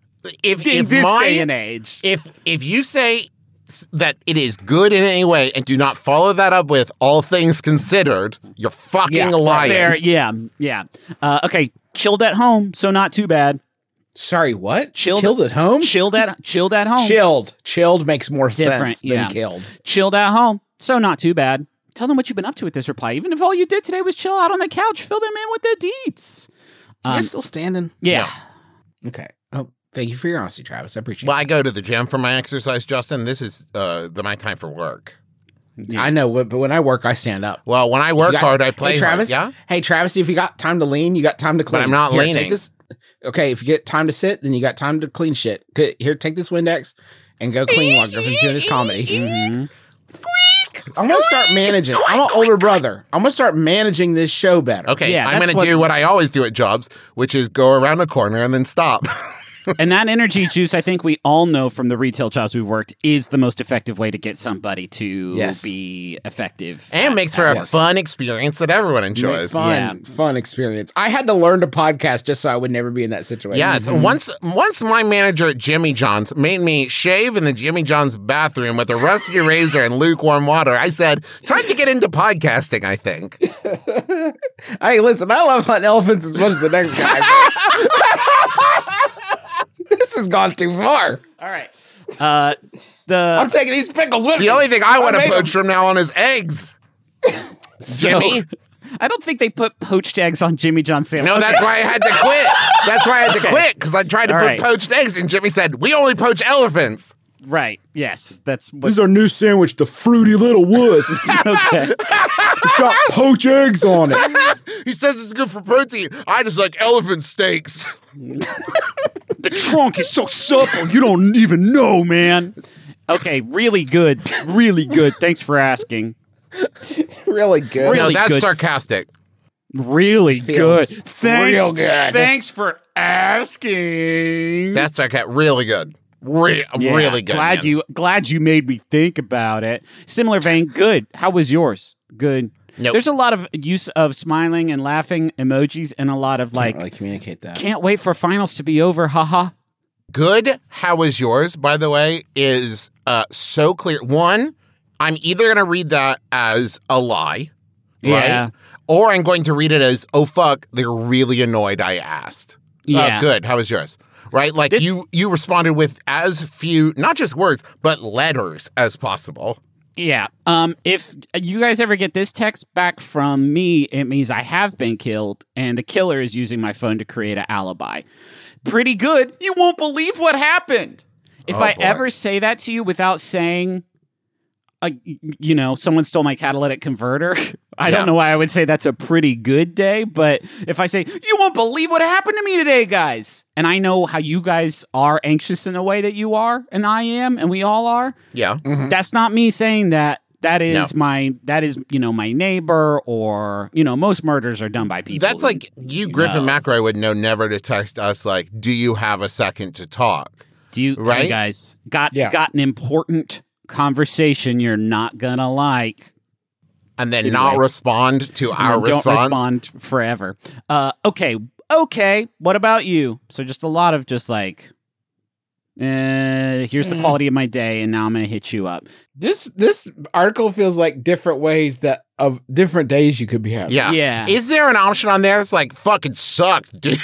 S4: If,
S5: In
S4: if
S5: this
S4: my-
S5: day and age.
S4: if if you say s- that it is good in any way and do not follow that up with all things considered, you're fucking
S3: Yeah,
S4: lying.
S5: Fair. Yeah. Yeah. Uh, okay. Chilled at home, so not too bad.
S3: Sorry, what?
S5: Chilled-
S3: Killed at home?
S5: Chilled at chilled at home.
S3: Chilled. Chilled makes more
S5: Different,
S3: sense than
S5: yeah.
S3: killed.
S5: Chilled at home. So not too bad. Tell them what you've been up to with this reply. Even if all you did today was chill out on the couch, fill them in with the deets.
S3: You're still standing.
S5: Yeah.
S3: Okay. Oh, Thank you for your honesty, Travis. I appreciate
S4: Well, I go to the gym for my exercise, Justin. This is uh, the, my time for work.
S3: it. I know, but but when I work, I stand up.
S4: Well, when I work
S3: You got-
S4: hard, I play
S3: Hey, Travis.
S4: hard. Yeah.
S3: Hey, Travis. If you got time to lean, you got time to clean.
S4: I'm not
S3: Here,
S4: leaning.
S3: Take this. Okay, if you get time to sit, then you got time to clean shit. Good. Here, take this Windex and go clean while Griffin's doing his comedy. Mm-hmm. I'm gonna start managing. I'm an older brother. I'm gonna start managing this show better.
S4: Okay.
S5: Yeah,
S4: I'm
S5: that's
S4: going to
S5: what-
S4: do what I always do at jobs, which is go around a corner and then stop.
S5: and that energy juice, I think we all know from the retail jobs we've worked, is the most effective way to get somebody to
S3: Yes.
S5: be effective.
S4: and
S5: at-
S4: makes for
S5: at
S4: a
S5: work.
S4: fun experience that everyone
S3: Make
S4: enjoys.
S3: Fun, fun experience. I had to learn to podcast just so I would never be in that situation.
S4: Yes. Once once my manager at Jimmy John's made me shave in the Jimmy John's bathroom with a rusty razor and lukewarm water, I said, time to get into podcasting, I think.
S3: Hey, listen, I love hunting elephants as much as the next guy. this has gone too far.
S5: All right. Uh, the
S3: I'm taking these pickles with me.
S4: The only thing I want to
S3: made
S4: poach from now on is eggs. Jimmy?
S5: I don't think they put poached eggs on Jimmy John sandwich.
S4: No, that's why I had to quit. That's why I had to quit because I tried to
S5: All
S4: put
S5: right.
S4: poached eggs, and Jimmy said, "We only poach elephants."
S5: right. Yes, that's what
S3: This is our new sandwich, the Fruity Little Wuss. It's got poached eggs on it.
S4: He says it's good for protein. I just like elephant steaks.
S5: the trunk is so supple. You don't even know, man. Okay, really good, really good. Thanks for asking.
S3: Really good.
S4: no,
S5: Really
S4: that's
S5: good.
S4: sarcastic.
S5: Really good.
S3: Feels
S5: Thanks.
S3: real good.
S5: Thanks for asking.
S4: That's sarcastic. Really good. Re-
S5: Yeah,
S4: Really good.
S5: Glad
S4: man.
S5: you glad you made me think about it. Similar vein, good. How was yours? Good.
S4: Nope.
S5: There's a lot of use of smiling and laughing emojis and a lot of like
S3: Can't really communicate that.
S5: can't wait for finals to be over. Haha.
S4: Good. How was yours? By the way, is uh, so clear. One, I'm either going to read that as a lie, right?
S5: Yeah.
S4: Or I'm going to read it as, "Oh fuck, they're really annoyed." I asked.
S5: Yeah.
S4: Uh, good. How was yours? Right. Like
S5: This-
S4: you, you responded with as few, not just words, but letters as possible.
S5: Yeah. Um if you guys ever get this text back from me, it means I have been killed and the killer is using my phone to create an alibi. Pretty good. You won't believe what happened. If
S4: Oh,
S5: I
S4: boy.
S5: ever say that to you without saying uh, you know, someone stole my catalytic converter. I
S4: Yeah.
S5: don't know why I would say that's a pretty good day, but if I say, you won't believe what happened to me today, guys, and I know how you guys are anxious in the way that you are, and I am, and we all are,
S4: Yeah.
S5: that's not me saying that. That is
S4: No.
S5: my that is you know my neighbor or you know most murders are done by people.
S4: That's like you, Griffin McRae, would know never to text us like, "Do you have a second to talk?"
S5: do you hey,
S4: right?
S5: guys got
S3: Yeah.
S5: got an important conversation you're not gonna like.
S4: And then not respond to our
S5: and Mm, don't
S4: response.
S5: respond forever. Uh, okay, okay. What about you? So just a lot of just like, eh, here's the quality of my day, and now I'm gonna hit you up.
S3: This this article feels like different ways that of different days you could be having.
S4: Yeah.
S5: Yeah.
S4: Is there an option on there that's like fucking sucked, dude?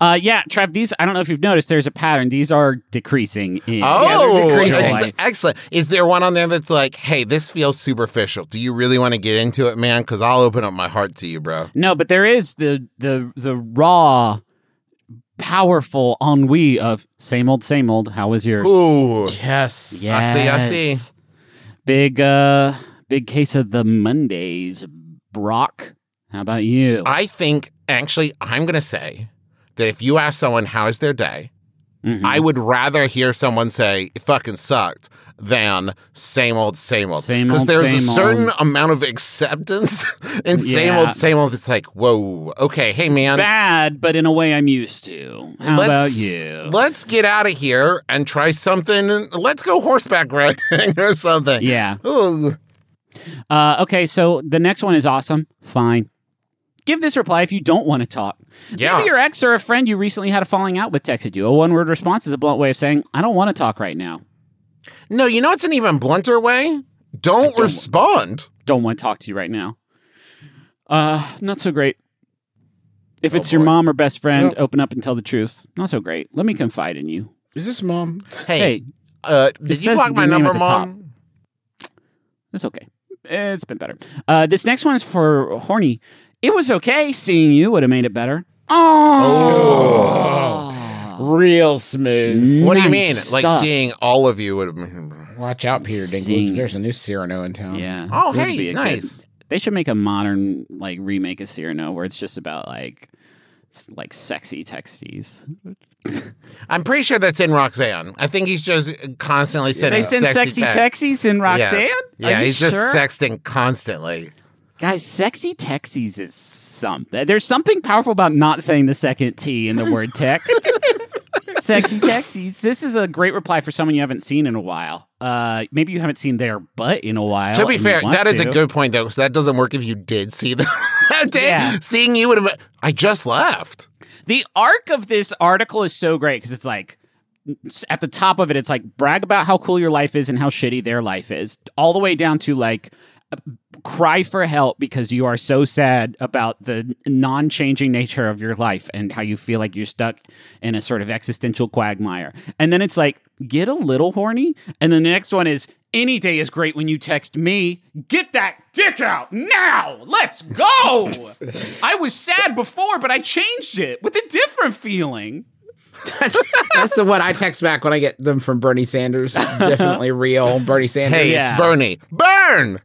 S5: Uh, yeah, Trav. These I don't know if you've noticed. There's a pattern. These are decreasing. In,
S4: oh,
S3: decreasing.
S4: ex- excellent. Is there one on there that's like, hey, this feels superficial. Do you really want to get into it, man? Because I'll open up my heart to you, bro.
S5: No, but there is the the the raw, powerful ennui of same old, same old. How was yours?
S4: Ooh.
S3: Yes.
S4: Yeah. I see, I see.
S5: Big uh, big case of the Mondays. Brock, how about you?
S4: I think, actually, I'm going to say that if you ask someone, how is their day?
S5: Mhm.
S4: I would rather hear someone say, it fucking sucked, than same old, same old.
S5: Same
S4: Because
S5: old,
S4: there's a
S5: same
S4: certain
S5: old.
S4: amount of acceptance in same
S5: Yeah.
S4: old, same old. It's like, whoa, okay, hey, man.
S5: bad, but in a way I'm used to. How about you?
S4: Let's get out of here and try something. Let's go horseback riding or something.
S5: Yeah.
S4: Ooh.
S5: Uh, okay, so the next one is awesome. Fine. Give this reply if you don't want to talk.
S4: Yeah.
S5: Maybe your ex or a friend you recently had a falling out with texted you. A one word response is a blunt way of saying, I don't want to talk right now.
S4: No, you know it's an even blunter way? Don't, respond.
S5: Don't want to talk to you right now. Uh, not so great. If it's
S4: Oh, boy.
S5: your mom or best friend,
S3: Yep.
S5: open up and tell the truth. Not so great. Let me confide in you.
S3: Is this mom?
S4: Hey,
S5: Hey,
S4: uh, did
S5: it
S4: you
S5: says
S4: block
S5: the
S4: my
S5: name
S4: number,
S5: at the top.
S4: mom?
S5: It's okay. It's been better. Uh, this next one is for Horny. It was okay seeing you would have made it better. Oh.
S3: Real smooth.
S4: What do you mean?
S5: Nice
S4: Like
S5: stuff.
S4: seeing all of you would. have-
S3: Watch out, Peter Dinklage.
S5: Sing.
S3: There's a new Cyrano in town.
S5: Yeah.
S4: Oh,
S5: It would
S4: hey,
S5: be a good-
S4: nice.
S5: they should make a modern like remake of Cyrano where it's just about like s- like sexy texties.
S4: I'm pretty sure that's in Roxanne. I think he's just constantly sending
S5: They send sexy,
S4: text.
S5: texties in Roxanne.
S4: Yeah,
S5: Are
S4: yeah
S5: you
S4: he's
S5: sure?
S4: just sexting constantly.
S5: Guys, sexy texties is something. There's something powerful about not saying the second T in the word text. sexy texties. This is a great reply for someone you haven't seen in a while. Uh, maybe you haven't seen their butt in a while.
S4: Oh, To be
S5: and you
S4: fair,
S5: want
S4: that is
S5: to.
S4: a good point though, because that doesn't work if you did see them. that day.
S5: Yeah.
S4: Seeing you would have. I just left.
S5: The arc of this article is so great because it's like s- at the top of it, it's like brag about how cool your life is and how shitty their life is, all the way down to like cry for help because you are so sad about the non-changing nature of your life and how you feel like you're stuck in a sort of existential quagmire. And then it's like get a little horny, and then the next one is any day is great when you text me. Get that dick out now. Let's go. I was sad before, but I changed it with a different feeling.
S3: That's, that's the one I text back when I get them from Bernie Sanders. Definitely real Bernie Sanders.
S4: Hey,
S5: Yeah.
S4: it's Bernie. Burn.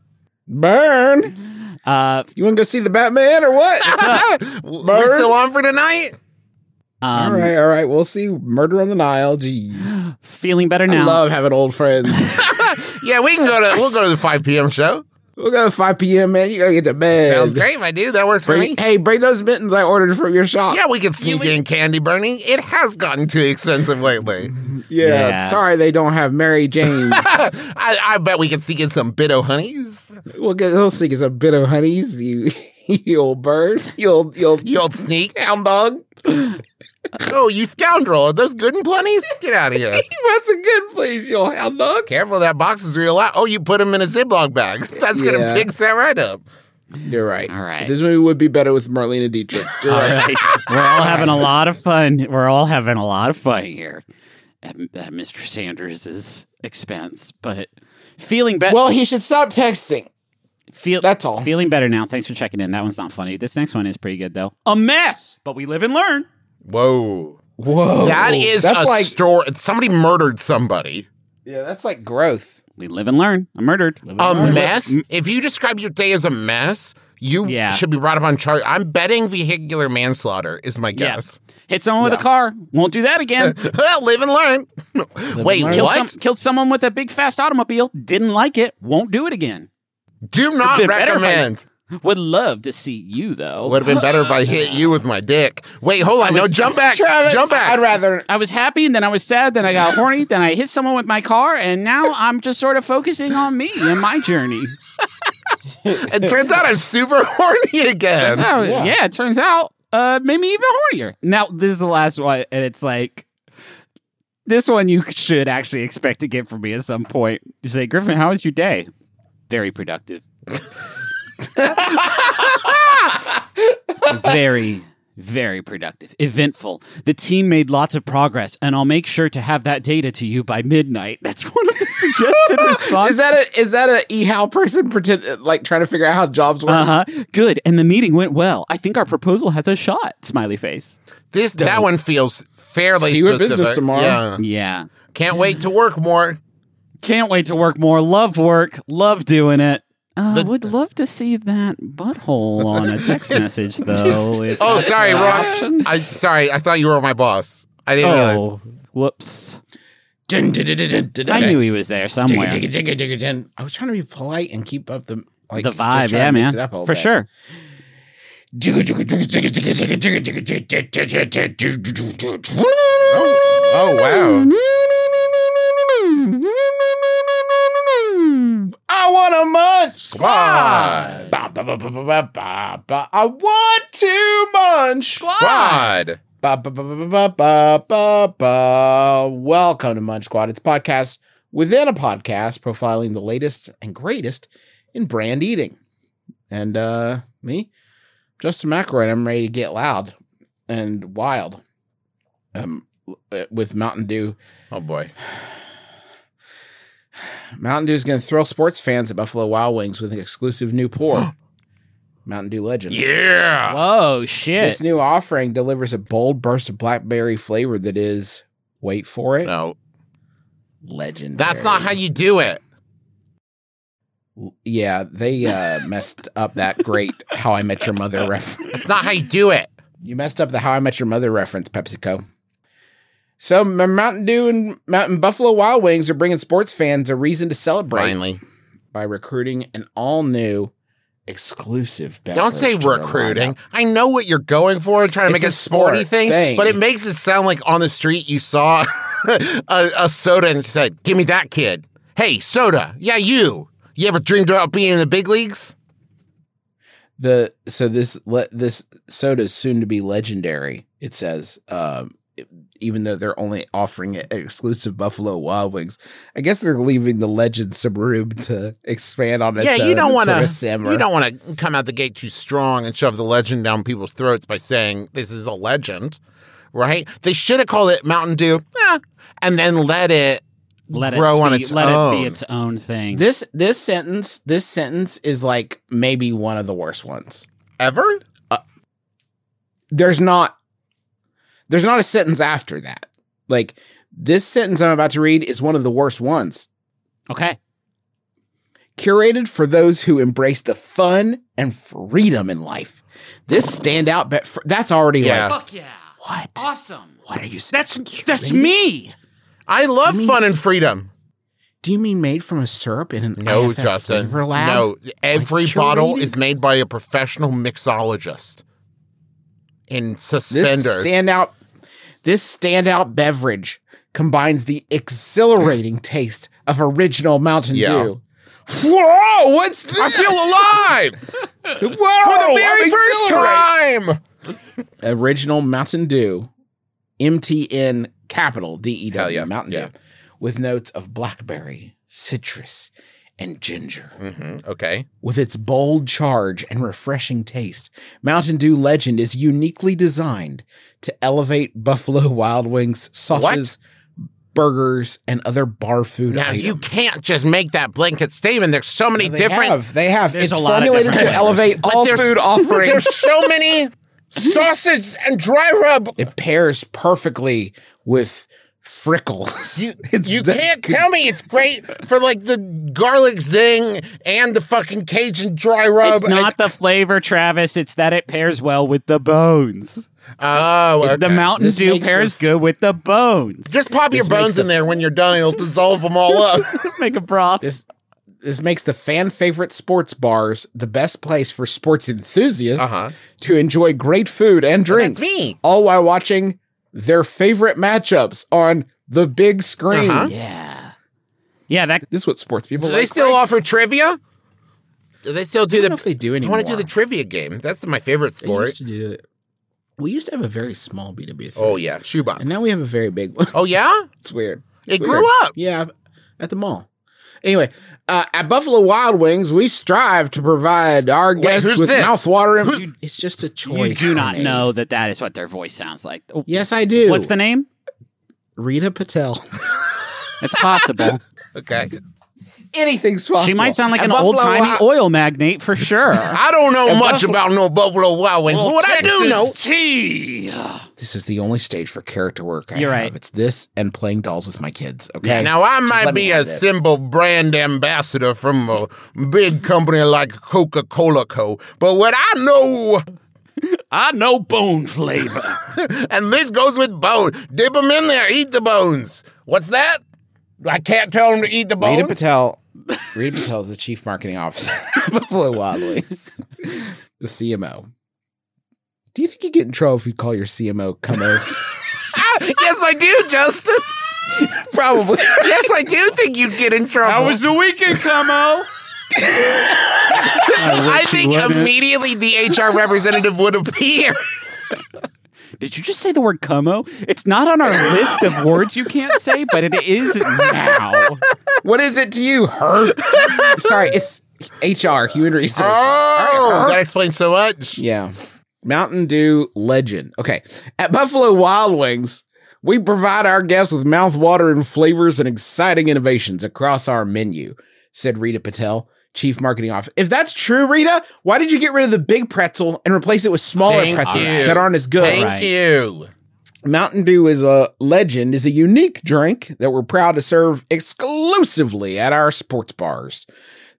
S3: Burn.
S5: Uh,
S3: You want to go see the Batman or what?
S4: We're still on for tonight.
S3: all right, all right. We'll see Murder on the Nile. Jeez.
S5: feeling better
S3: I
S5: now.
S3: love having old friends.
S4: Yeah, we can go to. We'll go to the 5 p.m. show.
S3: we'll go at 5 p.m., man. You got to get to bed.
S4: Sounds great, my dude. That works for
S3: Bring,
S4: me.
S3: hey, bring those mittens I ordered from your
S5: Uh,
S3: shop.
S4: Yeah, we can sneak in candy, Bernie. It has gotten too expensive lately.
S3: Yeah,
S5: Yeah.
S3: Sorry they don't have Mary Jane.
S4: I, I bet we can sneak in some Bitto honeys.
S3: we'll get those things a bit of honeys, you, you old bird. You old, you old,
S4: You old sneak. Hound dog. oh, you scoundrel. Are those good and plenties? Get out of here.
S3: that's a good place, you old hound dog.
S4: Careful, that box is real out. Oh, you put them in a Ziploc bag. That's going
S3: Yeah.
S4: to fix that right up.
S3: You're right.
S5: All right.
S3: This movie would be better with Marlena Dietrich. You're right.
S5: We're all having a lot of fun. We're all having a lot of fun here at, at Mr. Sanders' expense, but feeling better.
S3: Well, he should stop texting.
S5: feel
S3: that's all.
S5: Feeling better now. Thanks for checking in. That one's not funny. This next one is pretty good though. A mess, but we live and learn.
S4: Whoa.
S3: Whoa.
S4: That is
S3: that's
S4: a
S3: like
S4: story. Somebody murdered somebody.
S3: yeah, that's like growth.
S5: We live and learn. I'm murdered. Mm.
S4: A mess? If you describe your day as a mess, you
S5: Yeah.
S4: should be brought up on charge. I'm betting vehicular manslaughter is my
S5: Yeah.
S4: guess.
S5: Hit someone with a car. Won't do that again.
S4: Well, live and learn. Wait,
S3: Uh,
S5: Killed,
S4: what?
S5: some- killed someone with a big fast automobile. Didn't like it. Won't do it again.
S4: Do not
S5: It'd been better if I-
S4: recommend.
S5: Would love to see you though.
S4: Would have been better if I hit you with my dick. Wait, hold on. No, jump back.
S3: Travis,
S4: jump back.
S3: I'd rather.
S5: I was happy, and then I was sad, then I got horny, then I hit someone with my car, and now I'm just sort of focusing on me and my journey.
S4: It turns out I'm super horny again.
S5: So, Oh, yeah. it turns out, uh, made me even hornier. Now, this is the last one, and it's like, this one you should actually expect to get from me at some point. You say, Griffin, how was your day? Very productive. very, very productive, eventful. The team made lots of progress, and I'll make sure to have that data to you by midnight. That's one of the suggested
S3: Is
S5: responses.
S3: that a is that a eHow person pretend like trying to figure out how jobs work?
S5: Uh huh. Good. And the meeting went well. I think our proposal has a shot. Smiley face.
S4: This that one feels fairly
S3: See you at
S4: specific.
S3: business tomorrow.
S4: Yeah.
S5: Yeah.
S4: Can't wait to work more.
S5: Can't wait to work more. Love work. Love doing it. Uh, would love to see that butthole on a text message, though. if
S4: Oh,
S5: that's
S4: sorry,
S5: an
S4: wrong.
S5: option.
S4: I sorry. I thought you were my boss. I didn't realize.
S5: Oh, whoops. I knew he was there somewhere.
S3: Jigga, jigga, jigga, jigga. I was trying to be polite and keep up the like
S5: The
S3: just trying
S5: vibe,
S3: to
S5: yeah,
S3: mix
S5: man.
S3: it up a little
S5: For
S3: bit.
S5: sure.
S3: Jigga, jigga, jigga, jigga, jigga, jigga, jigga, jigga, jigga, jigga, jigga, jigga, jigga, jigga, jigga.
S4: Oh
S3: I want a munch.
S4: wow. Squad.
S3: Ba, ba, ba, ba, ba, ba, ba, ba. I want to munch.
S4: Squad.
S3: Ba, ba, ba, ba, ba, ba, ba, ba, ba. Welcome to Munch Squad. It's a podcast within a podcast profiling the latest and greatest in brand eating. And uh me, Justin McElroy, I'm ready to get loud and wild um, w- with Mountain Dew.
S4: Oh boy.
S3: Mountain Dew is going to thrill sports fans at Buffalo Wild Wings with an exclusive new pour. Mountain Dew Legend.
S4: Yeah.
S5: Whoa, shit.
S3: Uh, This new offering delivers a bold burst of blackberry flavor that is, wait for it,
S4: No,
S3: legendary.
S4: that's not how you do it.
S3: Yeah, they uh, messed up that great How I Met Your Mother reference.
S4: That's not how you do it.
S3: You messed up the How I Met Your Mother reference, PepsiCo. So M- Mountain Dew and Mountain Buffalo Wild Wings are bringing sports fans a reason to celebrate
S4: Finally.
S3: by recruiting an all-new exclusive. beverage
S4: Don't say
S3: to their
S4: recruiting.
S3: lineup.
S4: I know what you're going for and trying to
S3: It's
S4: make
S3: a
S4: a sporty
S3: sport
S4: thing,
S3: thing.
S4: but it makes it sound like on the street you saw a, a soda and said, Give me that kid. Hey, soda. Yeah, you. You ever dreamed about being in the big leagues?
S3: The so this le, this soda is soon to be legendary. It says, um, it- even though they're only offering it at exclusive Buffalo Wild Wings, I guess they're leaving the legend some room to expand on it.
S4: yeah, you don't want to.
S3: simmer.
S4: You don't want to come out the gate too strong and shove the legend down people's throats by saying this is a legend, right? They should have called it Mountain Dew, eh, and then let it.
S5: let
S4: grow
S5: it
S4: on
S5: speak-
S4: its
S5: let it
S4: own.
S5: be its own thing.
S3: This this sentence this sentence is like maybe one of the worst ones.
S4: Ever?
S3: There's not there's not a sentence after that. Like this sentence I'm about to read is one of the worst ones.
S5: okay.
S3: Curated for those who embrace the fun and freedom in life. This standout bet for, that's already
S4: Yeah.
S3: like
S5: Fuck yeah.
S3: what?
S5: Awesome.
S3: What are you saying?
S5: That's that's me.
S4: I love
S3: mean-
S4: fun and freedom.
S3: Do you mean made from a syrup in an
S4: No,
S3: IFF
S4: Justin.
S3: flavor lab?
S4: No, every
S3: Like
S4: bottle
S3: curated?
S4: is made by a professional mixologist in
S3: This
S4: suspenders.
S3: standout, this standout beverage combines the exhilarating taste of original Mountain
S4: Yeah.
S3: Dew. Whoa! What's this?
S4: I feel alive
S3: Whoa!
S4: for the very first time.
S3: Original Mountain Dew, MTN capital D E
S4: Hell
S3: W
S4: yeah,
S3: Mountain
S4: yeah.
S3: Dew, with notes of blackberry, citrus, and ginger.
S4: Okay.
S3: With its bold charge and refreshing taste, Mountain Dew Legend is uniquely designed to elevate Buffalo Wild Wings sauces, burgers, and other bar food
S4: Now
S3: items.
S4: you can't just make that blanket statement. There's so many
S3: they
S4: different
S3: have. They have.
S5: There's
S3: It's
S5: a lot of
S3: formulated to
S5: different flavors.
S3: elevate all
S4: there's-
S3: food offerings.
S4: There's so many sauces and dry rub.
S3: it pairs perfectly with frickles.
S4: You,
S3: It's-
S4: you
S3: that's
S4: can't
S3: good.
S4: tell me it's great for like the garlic zing and the fucking Cajun dry
S3: uh,
S4: rub.
S5: It's not the flavor, Travis. It's that it pairs well with the bones.
S4: oh, okay.
S5: The Mountain
S3: This
S5: Dew
S3: makes the-
S5: pairs good with the bones.
S4: Just pop your
S3: This makes
S4: bones
S3: the-
S4: in there when you're done. It'll dissolve them all up.
S5: Make a broth.
S3: This this makes the fan favorite sports bars the best place for sports enthusiasts
S4: Uh-huh.
S3: to enjoy great food and drinks.
S4: that's me.
S3: All while watching their favorite matchups on the big screen.
S4: Uh-huh.
S5: yeah. Yeah, that
S3: This is what sports people
S4: Do
S3: like.
S4: they still offer trivia? Do they still do
S3: I
S4: the?
S3: don't know if they do
S4: I
S3: anymore.
S4: want to do the trivia game. That's my favorite
S3: They used
S4: sport.
S3: to do it. We used to have a very small B2B.
S4: Oh yeah, shoebox.
S3: And now we have a very big one.
S4: Oh yeah,
S3: It's weird.
S4: It
S3: It's
S4: grew
S3: weird.
S4: up.
S3: Yeah, at the mall. Anyway, uh, at Buffalo Wild Wings, we strive to provide our guests
S4: who's
S3: with
S4: this?
S3: mouthwatering.
S4: Who's-
S3: You- It's just a
S5: you
S3: choice.
S5: do not
S3: honey.
S5: know that that is what their voice sounds like. Oh,
S3: Yes, I do.
S5: What's the name?
S3: Rita Patel.
S5: It's possible.
S4: okay.
S3: Anything's possible.
S5: she might sound like
S3: At
S5: an
S3: Buffalo
S5: old timey
S3: Wild-
S5: oil magnate for sure.
S4: I don't know much about no Buffalo Wild Wings, but what I do know
S5: tea.
S3: This is the only stage for character work. I
S5: You're
S3: have.
S5: right.
S3: It's this and playing dolls with my kids. Okay.
S4: Yeah, now I might
S3: let me
S4: be
S3: have
S4: a
S3: this.
S4: symbol brand ambassador from a big company like Coca Cola Co. But what I know,
S5: I know bone flavor.
S4: and this goes with bone, dip them in there, eat the bones. What's that? I can't tell them to eat the
S3: Rita
S4: bones.
S3: Patel. Rita Patel is the chief marketing officer of Buffalo Wild Wings, the CMO. Do you think you get in trouble if you call your CMO Como?
S4: Ah, yes, I do, Justin.
S3: Probably.
S4: Yes, I do think you'd get in trouble.
S5: the weekend, Como?
S4: I think immediately the HR representative would appear.
S5: Did you just say the word Como? It's not on our list of words you can't say, but it is now.
S3: What is it to you, her? Sorry, it's HR, human resources.
S4: Oh, that explains so much.
S3: Yeah. Mountain Dew legend. Okay. At Buffalo Wild Wings, we provide our guests with mouthwatering flavors and exciting innovations across our menu, said Rita Patel, chief marketing officer. If that's true, Rita, why did you get rid of the big pretzel and replace it with smaller
S4: Thank
S3: pretzels
S4: you.
S3: that aren't as good?
S4: Thank you.
S3: Mountain Dew is a legend, is a unique drink that we're proud to serve exclusively at our sports bars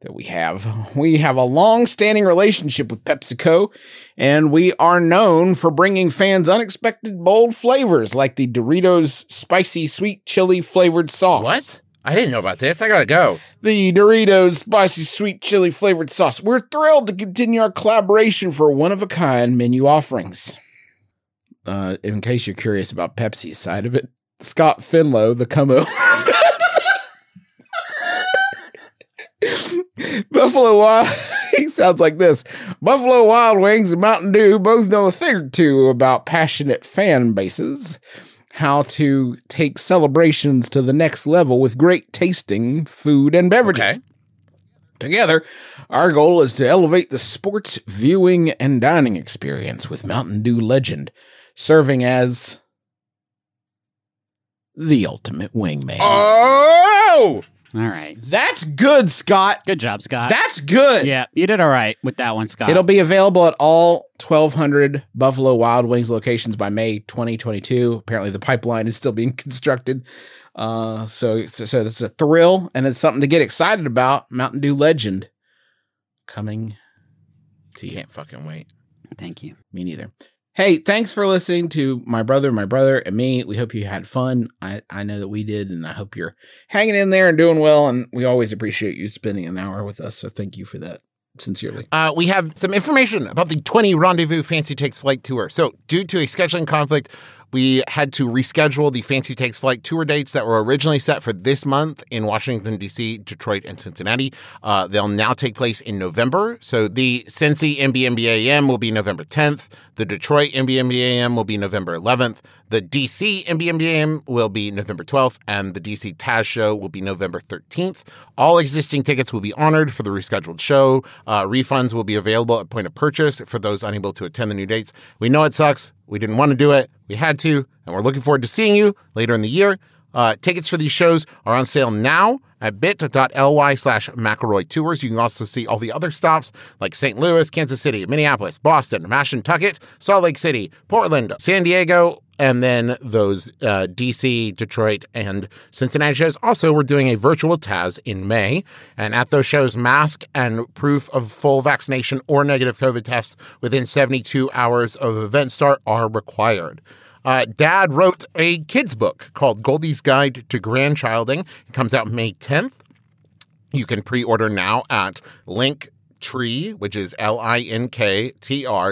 S3: that we have. We have a long standing relationship with PepsiCo, and we are known for bringing fans unexpected bold flavors like the Doritos spicy sweet chili flavored sauce.
S4: What? I didn't know about this. I gotta go.
S3: The Doritos spicy sweet chili flavored sauce. We're thrilled to continue our collaboration for one of a kind menu offerings. Uh, in case you're curious about Pepsi's side of it, Scott Finlow, the come over Pepsi. Buffalo Wild. he sounds like this. Buffalo Wild Wings and Mountain Dew both know a thing or two about passionate fan bases how to take celebrations to the next level with great tasting food and beverages.
S4: Okay.
S3: Together, our goal is to elevate the sports viewing and dining experience with Mountain Dew legend serving as the ultimate wingman.
S4: Oh!
S5: All right.
S3: That's good, Scott.
S5: Good job, Scott.
S3: That's good.
S5: yeah, you did all right with that one, Scott.
S3: It'll be available at all 1,200 Buffalo Wild Wings locations by May 2022. Apparently, the pipeline is still being constructed. Uh, so, so, so it's a thrill and it's something to get excited about. Mountain Dew legend coming to you.
S4: Can't fucking wait.
S5: Thank you.
S3: Me neither. Hey, thanks for listening to my brother, my brother, and me. We hope you had fun. I, I know that we did, and I hope you're hanging in there and doing well. And we always appreciate you spending an hour with us. So thank you for that, sincerely.
S4: Uh, we have some information about the 20 Rendezvous Fancy Takes Flight Tour. So, due to a scheduling conflict, we had to reschedule the Fancy Takes Flight tour dates that were originally set for this month in Washington, D.C., Detroit, and Cincinnati. Uh, they'll now take place in November. So, the Cincy MBMBAM will be November 10th. The Detroit MBMBAM will be November 11th. The DC MBMBAM will be November 12th. And the DC Taz show will be November 13th. All existing tickets will be honored for the rescheduled show. Uh, refunds will be available at point of purchase for those unable to attend the new dates. We know it sucks. We didn't want to do it. We had to. And we're looking forward to seeing you later in the year. Uh, tickets for these shows are on sale now at bit.ly slash McElroy Tours. You can also see all the other stops like St. Louis, Kansas City, Minneapolis, Boston, Mashantucket, Salt Lake City, Portland, San Diego, and then those uh, DC, Detroit, and Cincinnati shows. Also, we're doing a virtual Taz in May. And at those shows, mask and proof of full vaccination or negative COVID test within 72 hours of event start are required. Uh, Dad wrote a kid's book called Goldie's Guide to Grandchilding. It comes out May 10th. You can pre-order now at link tree, which is L-I-N-K-T-R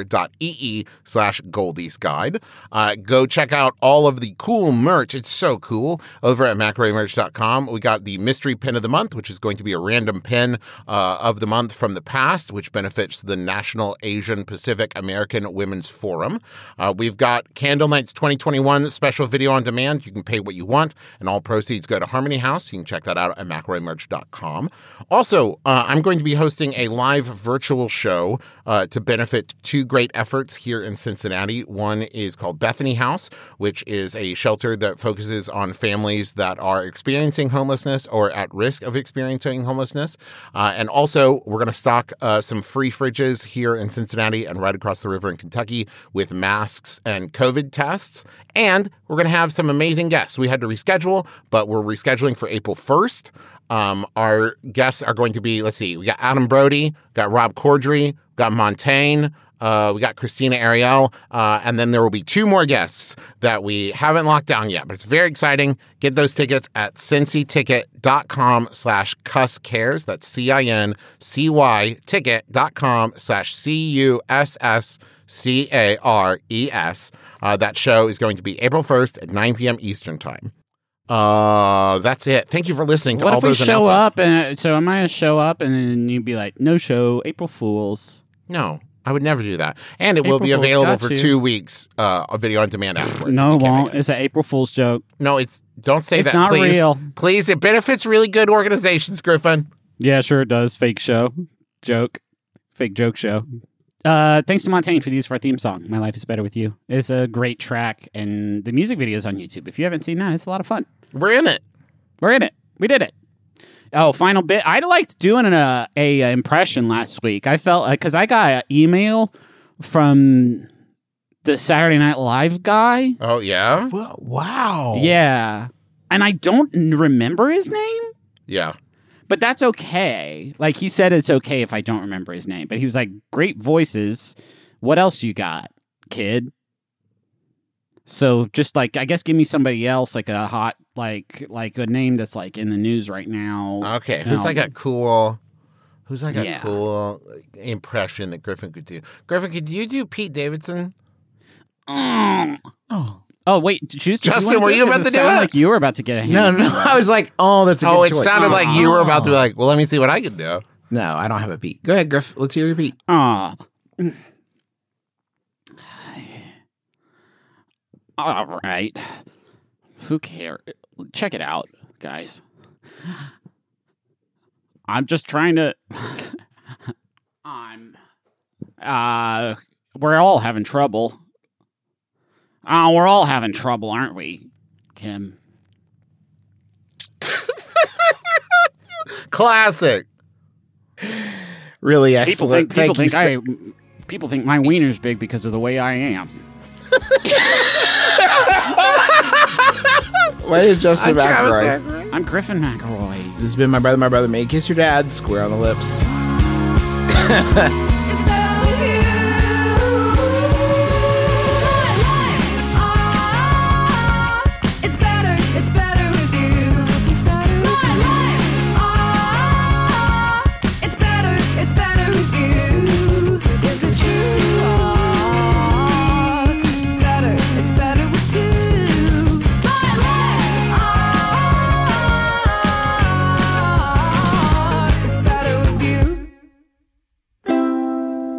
S4: dot E-E slash Goldie's Guide. Uh, go check out all of the cool merch. It's so cool over at macroymerch.com. We got the mystery pin of the month, which is going to be a random pin uh, of the month from the past, which benefits the National Asian Pacific American Women's Forum. Uh, we've got Candle Nights 2021 special video on demand. You can pay what you want, and all proceeds go to Harmony House. You can check that out at macroymerch.com. Also, uh, I'm going to be hosting a live virtual show uh, to benefit two great efforts here in Cincinnati. One is called Bethany House, which is a shelter that focuses on families that are experiencing homelessness or at risk of experiencing homelessness. Uh, and also, we're going to stock uh, some free fridges here in Cincinnati and right across the river in Kentucky with masks and COVID tests. And we're going to have some amazing guests. We had to reschedule, but we're rescheduling for April 1st. Um, our guests are going to be let's see, we got Adam Brody, got Rob Cordry, got Montaigne. Uh, we got Christina Ariel, uh, and then there will be two more guests that we haven't locked down yet, but it's very exciting. Get those tickets at cincyticket.com slash cusscares. That's C-I-N-C-Y ticket.com slash C-U-S-S C A R E S. Uh, that show is going to be April 1st at 9 p.m. Eastern Time. Uh, that's it. Thank you for listening to
S5: What
S4: all
S5: if we
S4: those
S5: show
S4: announcements.
S5: up and so am I gonna show up and then you'd be like, no show, April Fools.
S4: No, I would never do that. And it will
S5: April
S4: be
S5: Fool's
S4: available
S5: got
S4: for
S5: you.
S4: two weeks. Uh, a video on demand afterwards.
S5: no,
S4: You can't
S5: it
S4: make
S5: won't. It's an April Fool's joke.
S4: No, it's don't say
S5: It's
S4: that.
S5: not
S4: please.
S5: real.
S4: Please, it benefits really good organizations, Griffin.
S5: Yeah, sure it does. Fake show. Joke. Fake joke show. Uh, thanks to Montaigne for the use of our theme song, My Life is Better With You. It's a great track, and the music video is on YouTube. If you haven't seen that, it's a lot of fun.
S4: We're in it.
S5: We're in it. We did it. Oh, final bit. I liked doing an, uh, a, uh impression last week. I felt because I got an email from the Saturday Night Live guy.
S4: Oh yeah,
S3: Wow.
S5: Yeah, and I don't n- remember his name,
S4: yeah.
S5: but that's okay. Like he said, it's okay if I don't remember his name. But he was like, "Great voices. What else you got, kid?" So just like I guess give me somebody else like a hot like like a name that's like in the news right now.
S4: Okay, who's
S5: Um,
S4: like a cool, who's like a
S5: Yeah.
S4: cool impression that Griffin could do? Griffin, could you do Pete Davidson?
S5: Oh wait, did you
S4: Justin,
S5: wanna
S4: were
S5: do it?
S4: you
S5: 'Cause
S4: about to do
S5: sounded
S4: it?
S5: like you were about to get a hand.
S3: No, no. I was like, oh, that's a good
S4: Oh, it
S3: choice.
S4: sounded like you were about to be
S5: Ah.
S4: like, well, let me see what I can do.
S3: No, I don't have a beat. Go ahead, Griff. Let's hear your beat.
S5: Aw. All right. Who cares? Check it out, guys. I'm just trying to. I'm. Uh, we're all having trouble. Oh, we're all having trouble, aren't we, Kim?
S4: Classic.
S3: Really
S5: People
S3: excellent.
S5: think, people
S3: Thank
S5: think
S3: you. so-
S5: I. People think my wiener's big because of the way I am.
S3: Why did Justin McElroy?
S5: I'm Griffin McElroy.
S3: This has been my brother, my brother. May kiss your dad square on the lips.
S2: It's better with you. My life, ah, it's better, it's better with you. It's better. My life, ah, it's better, it's better with you. Is it true? Ah, it's better, it's better with two. My life, ah, it's better with you.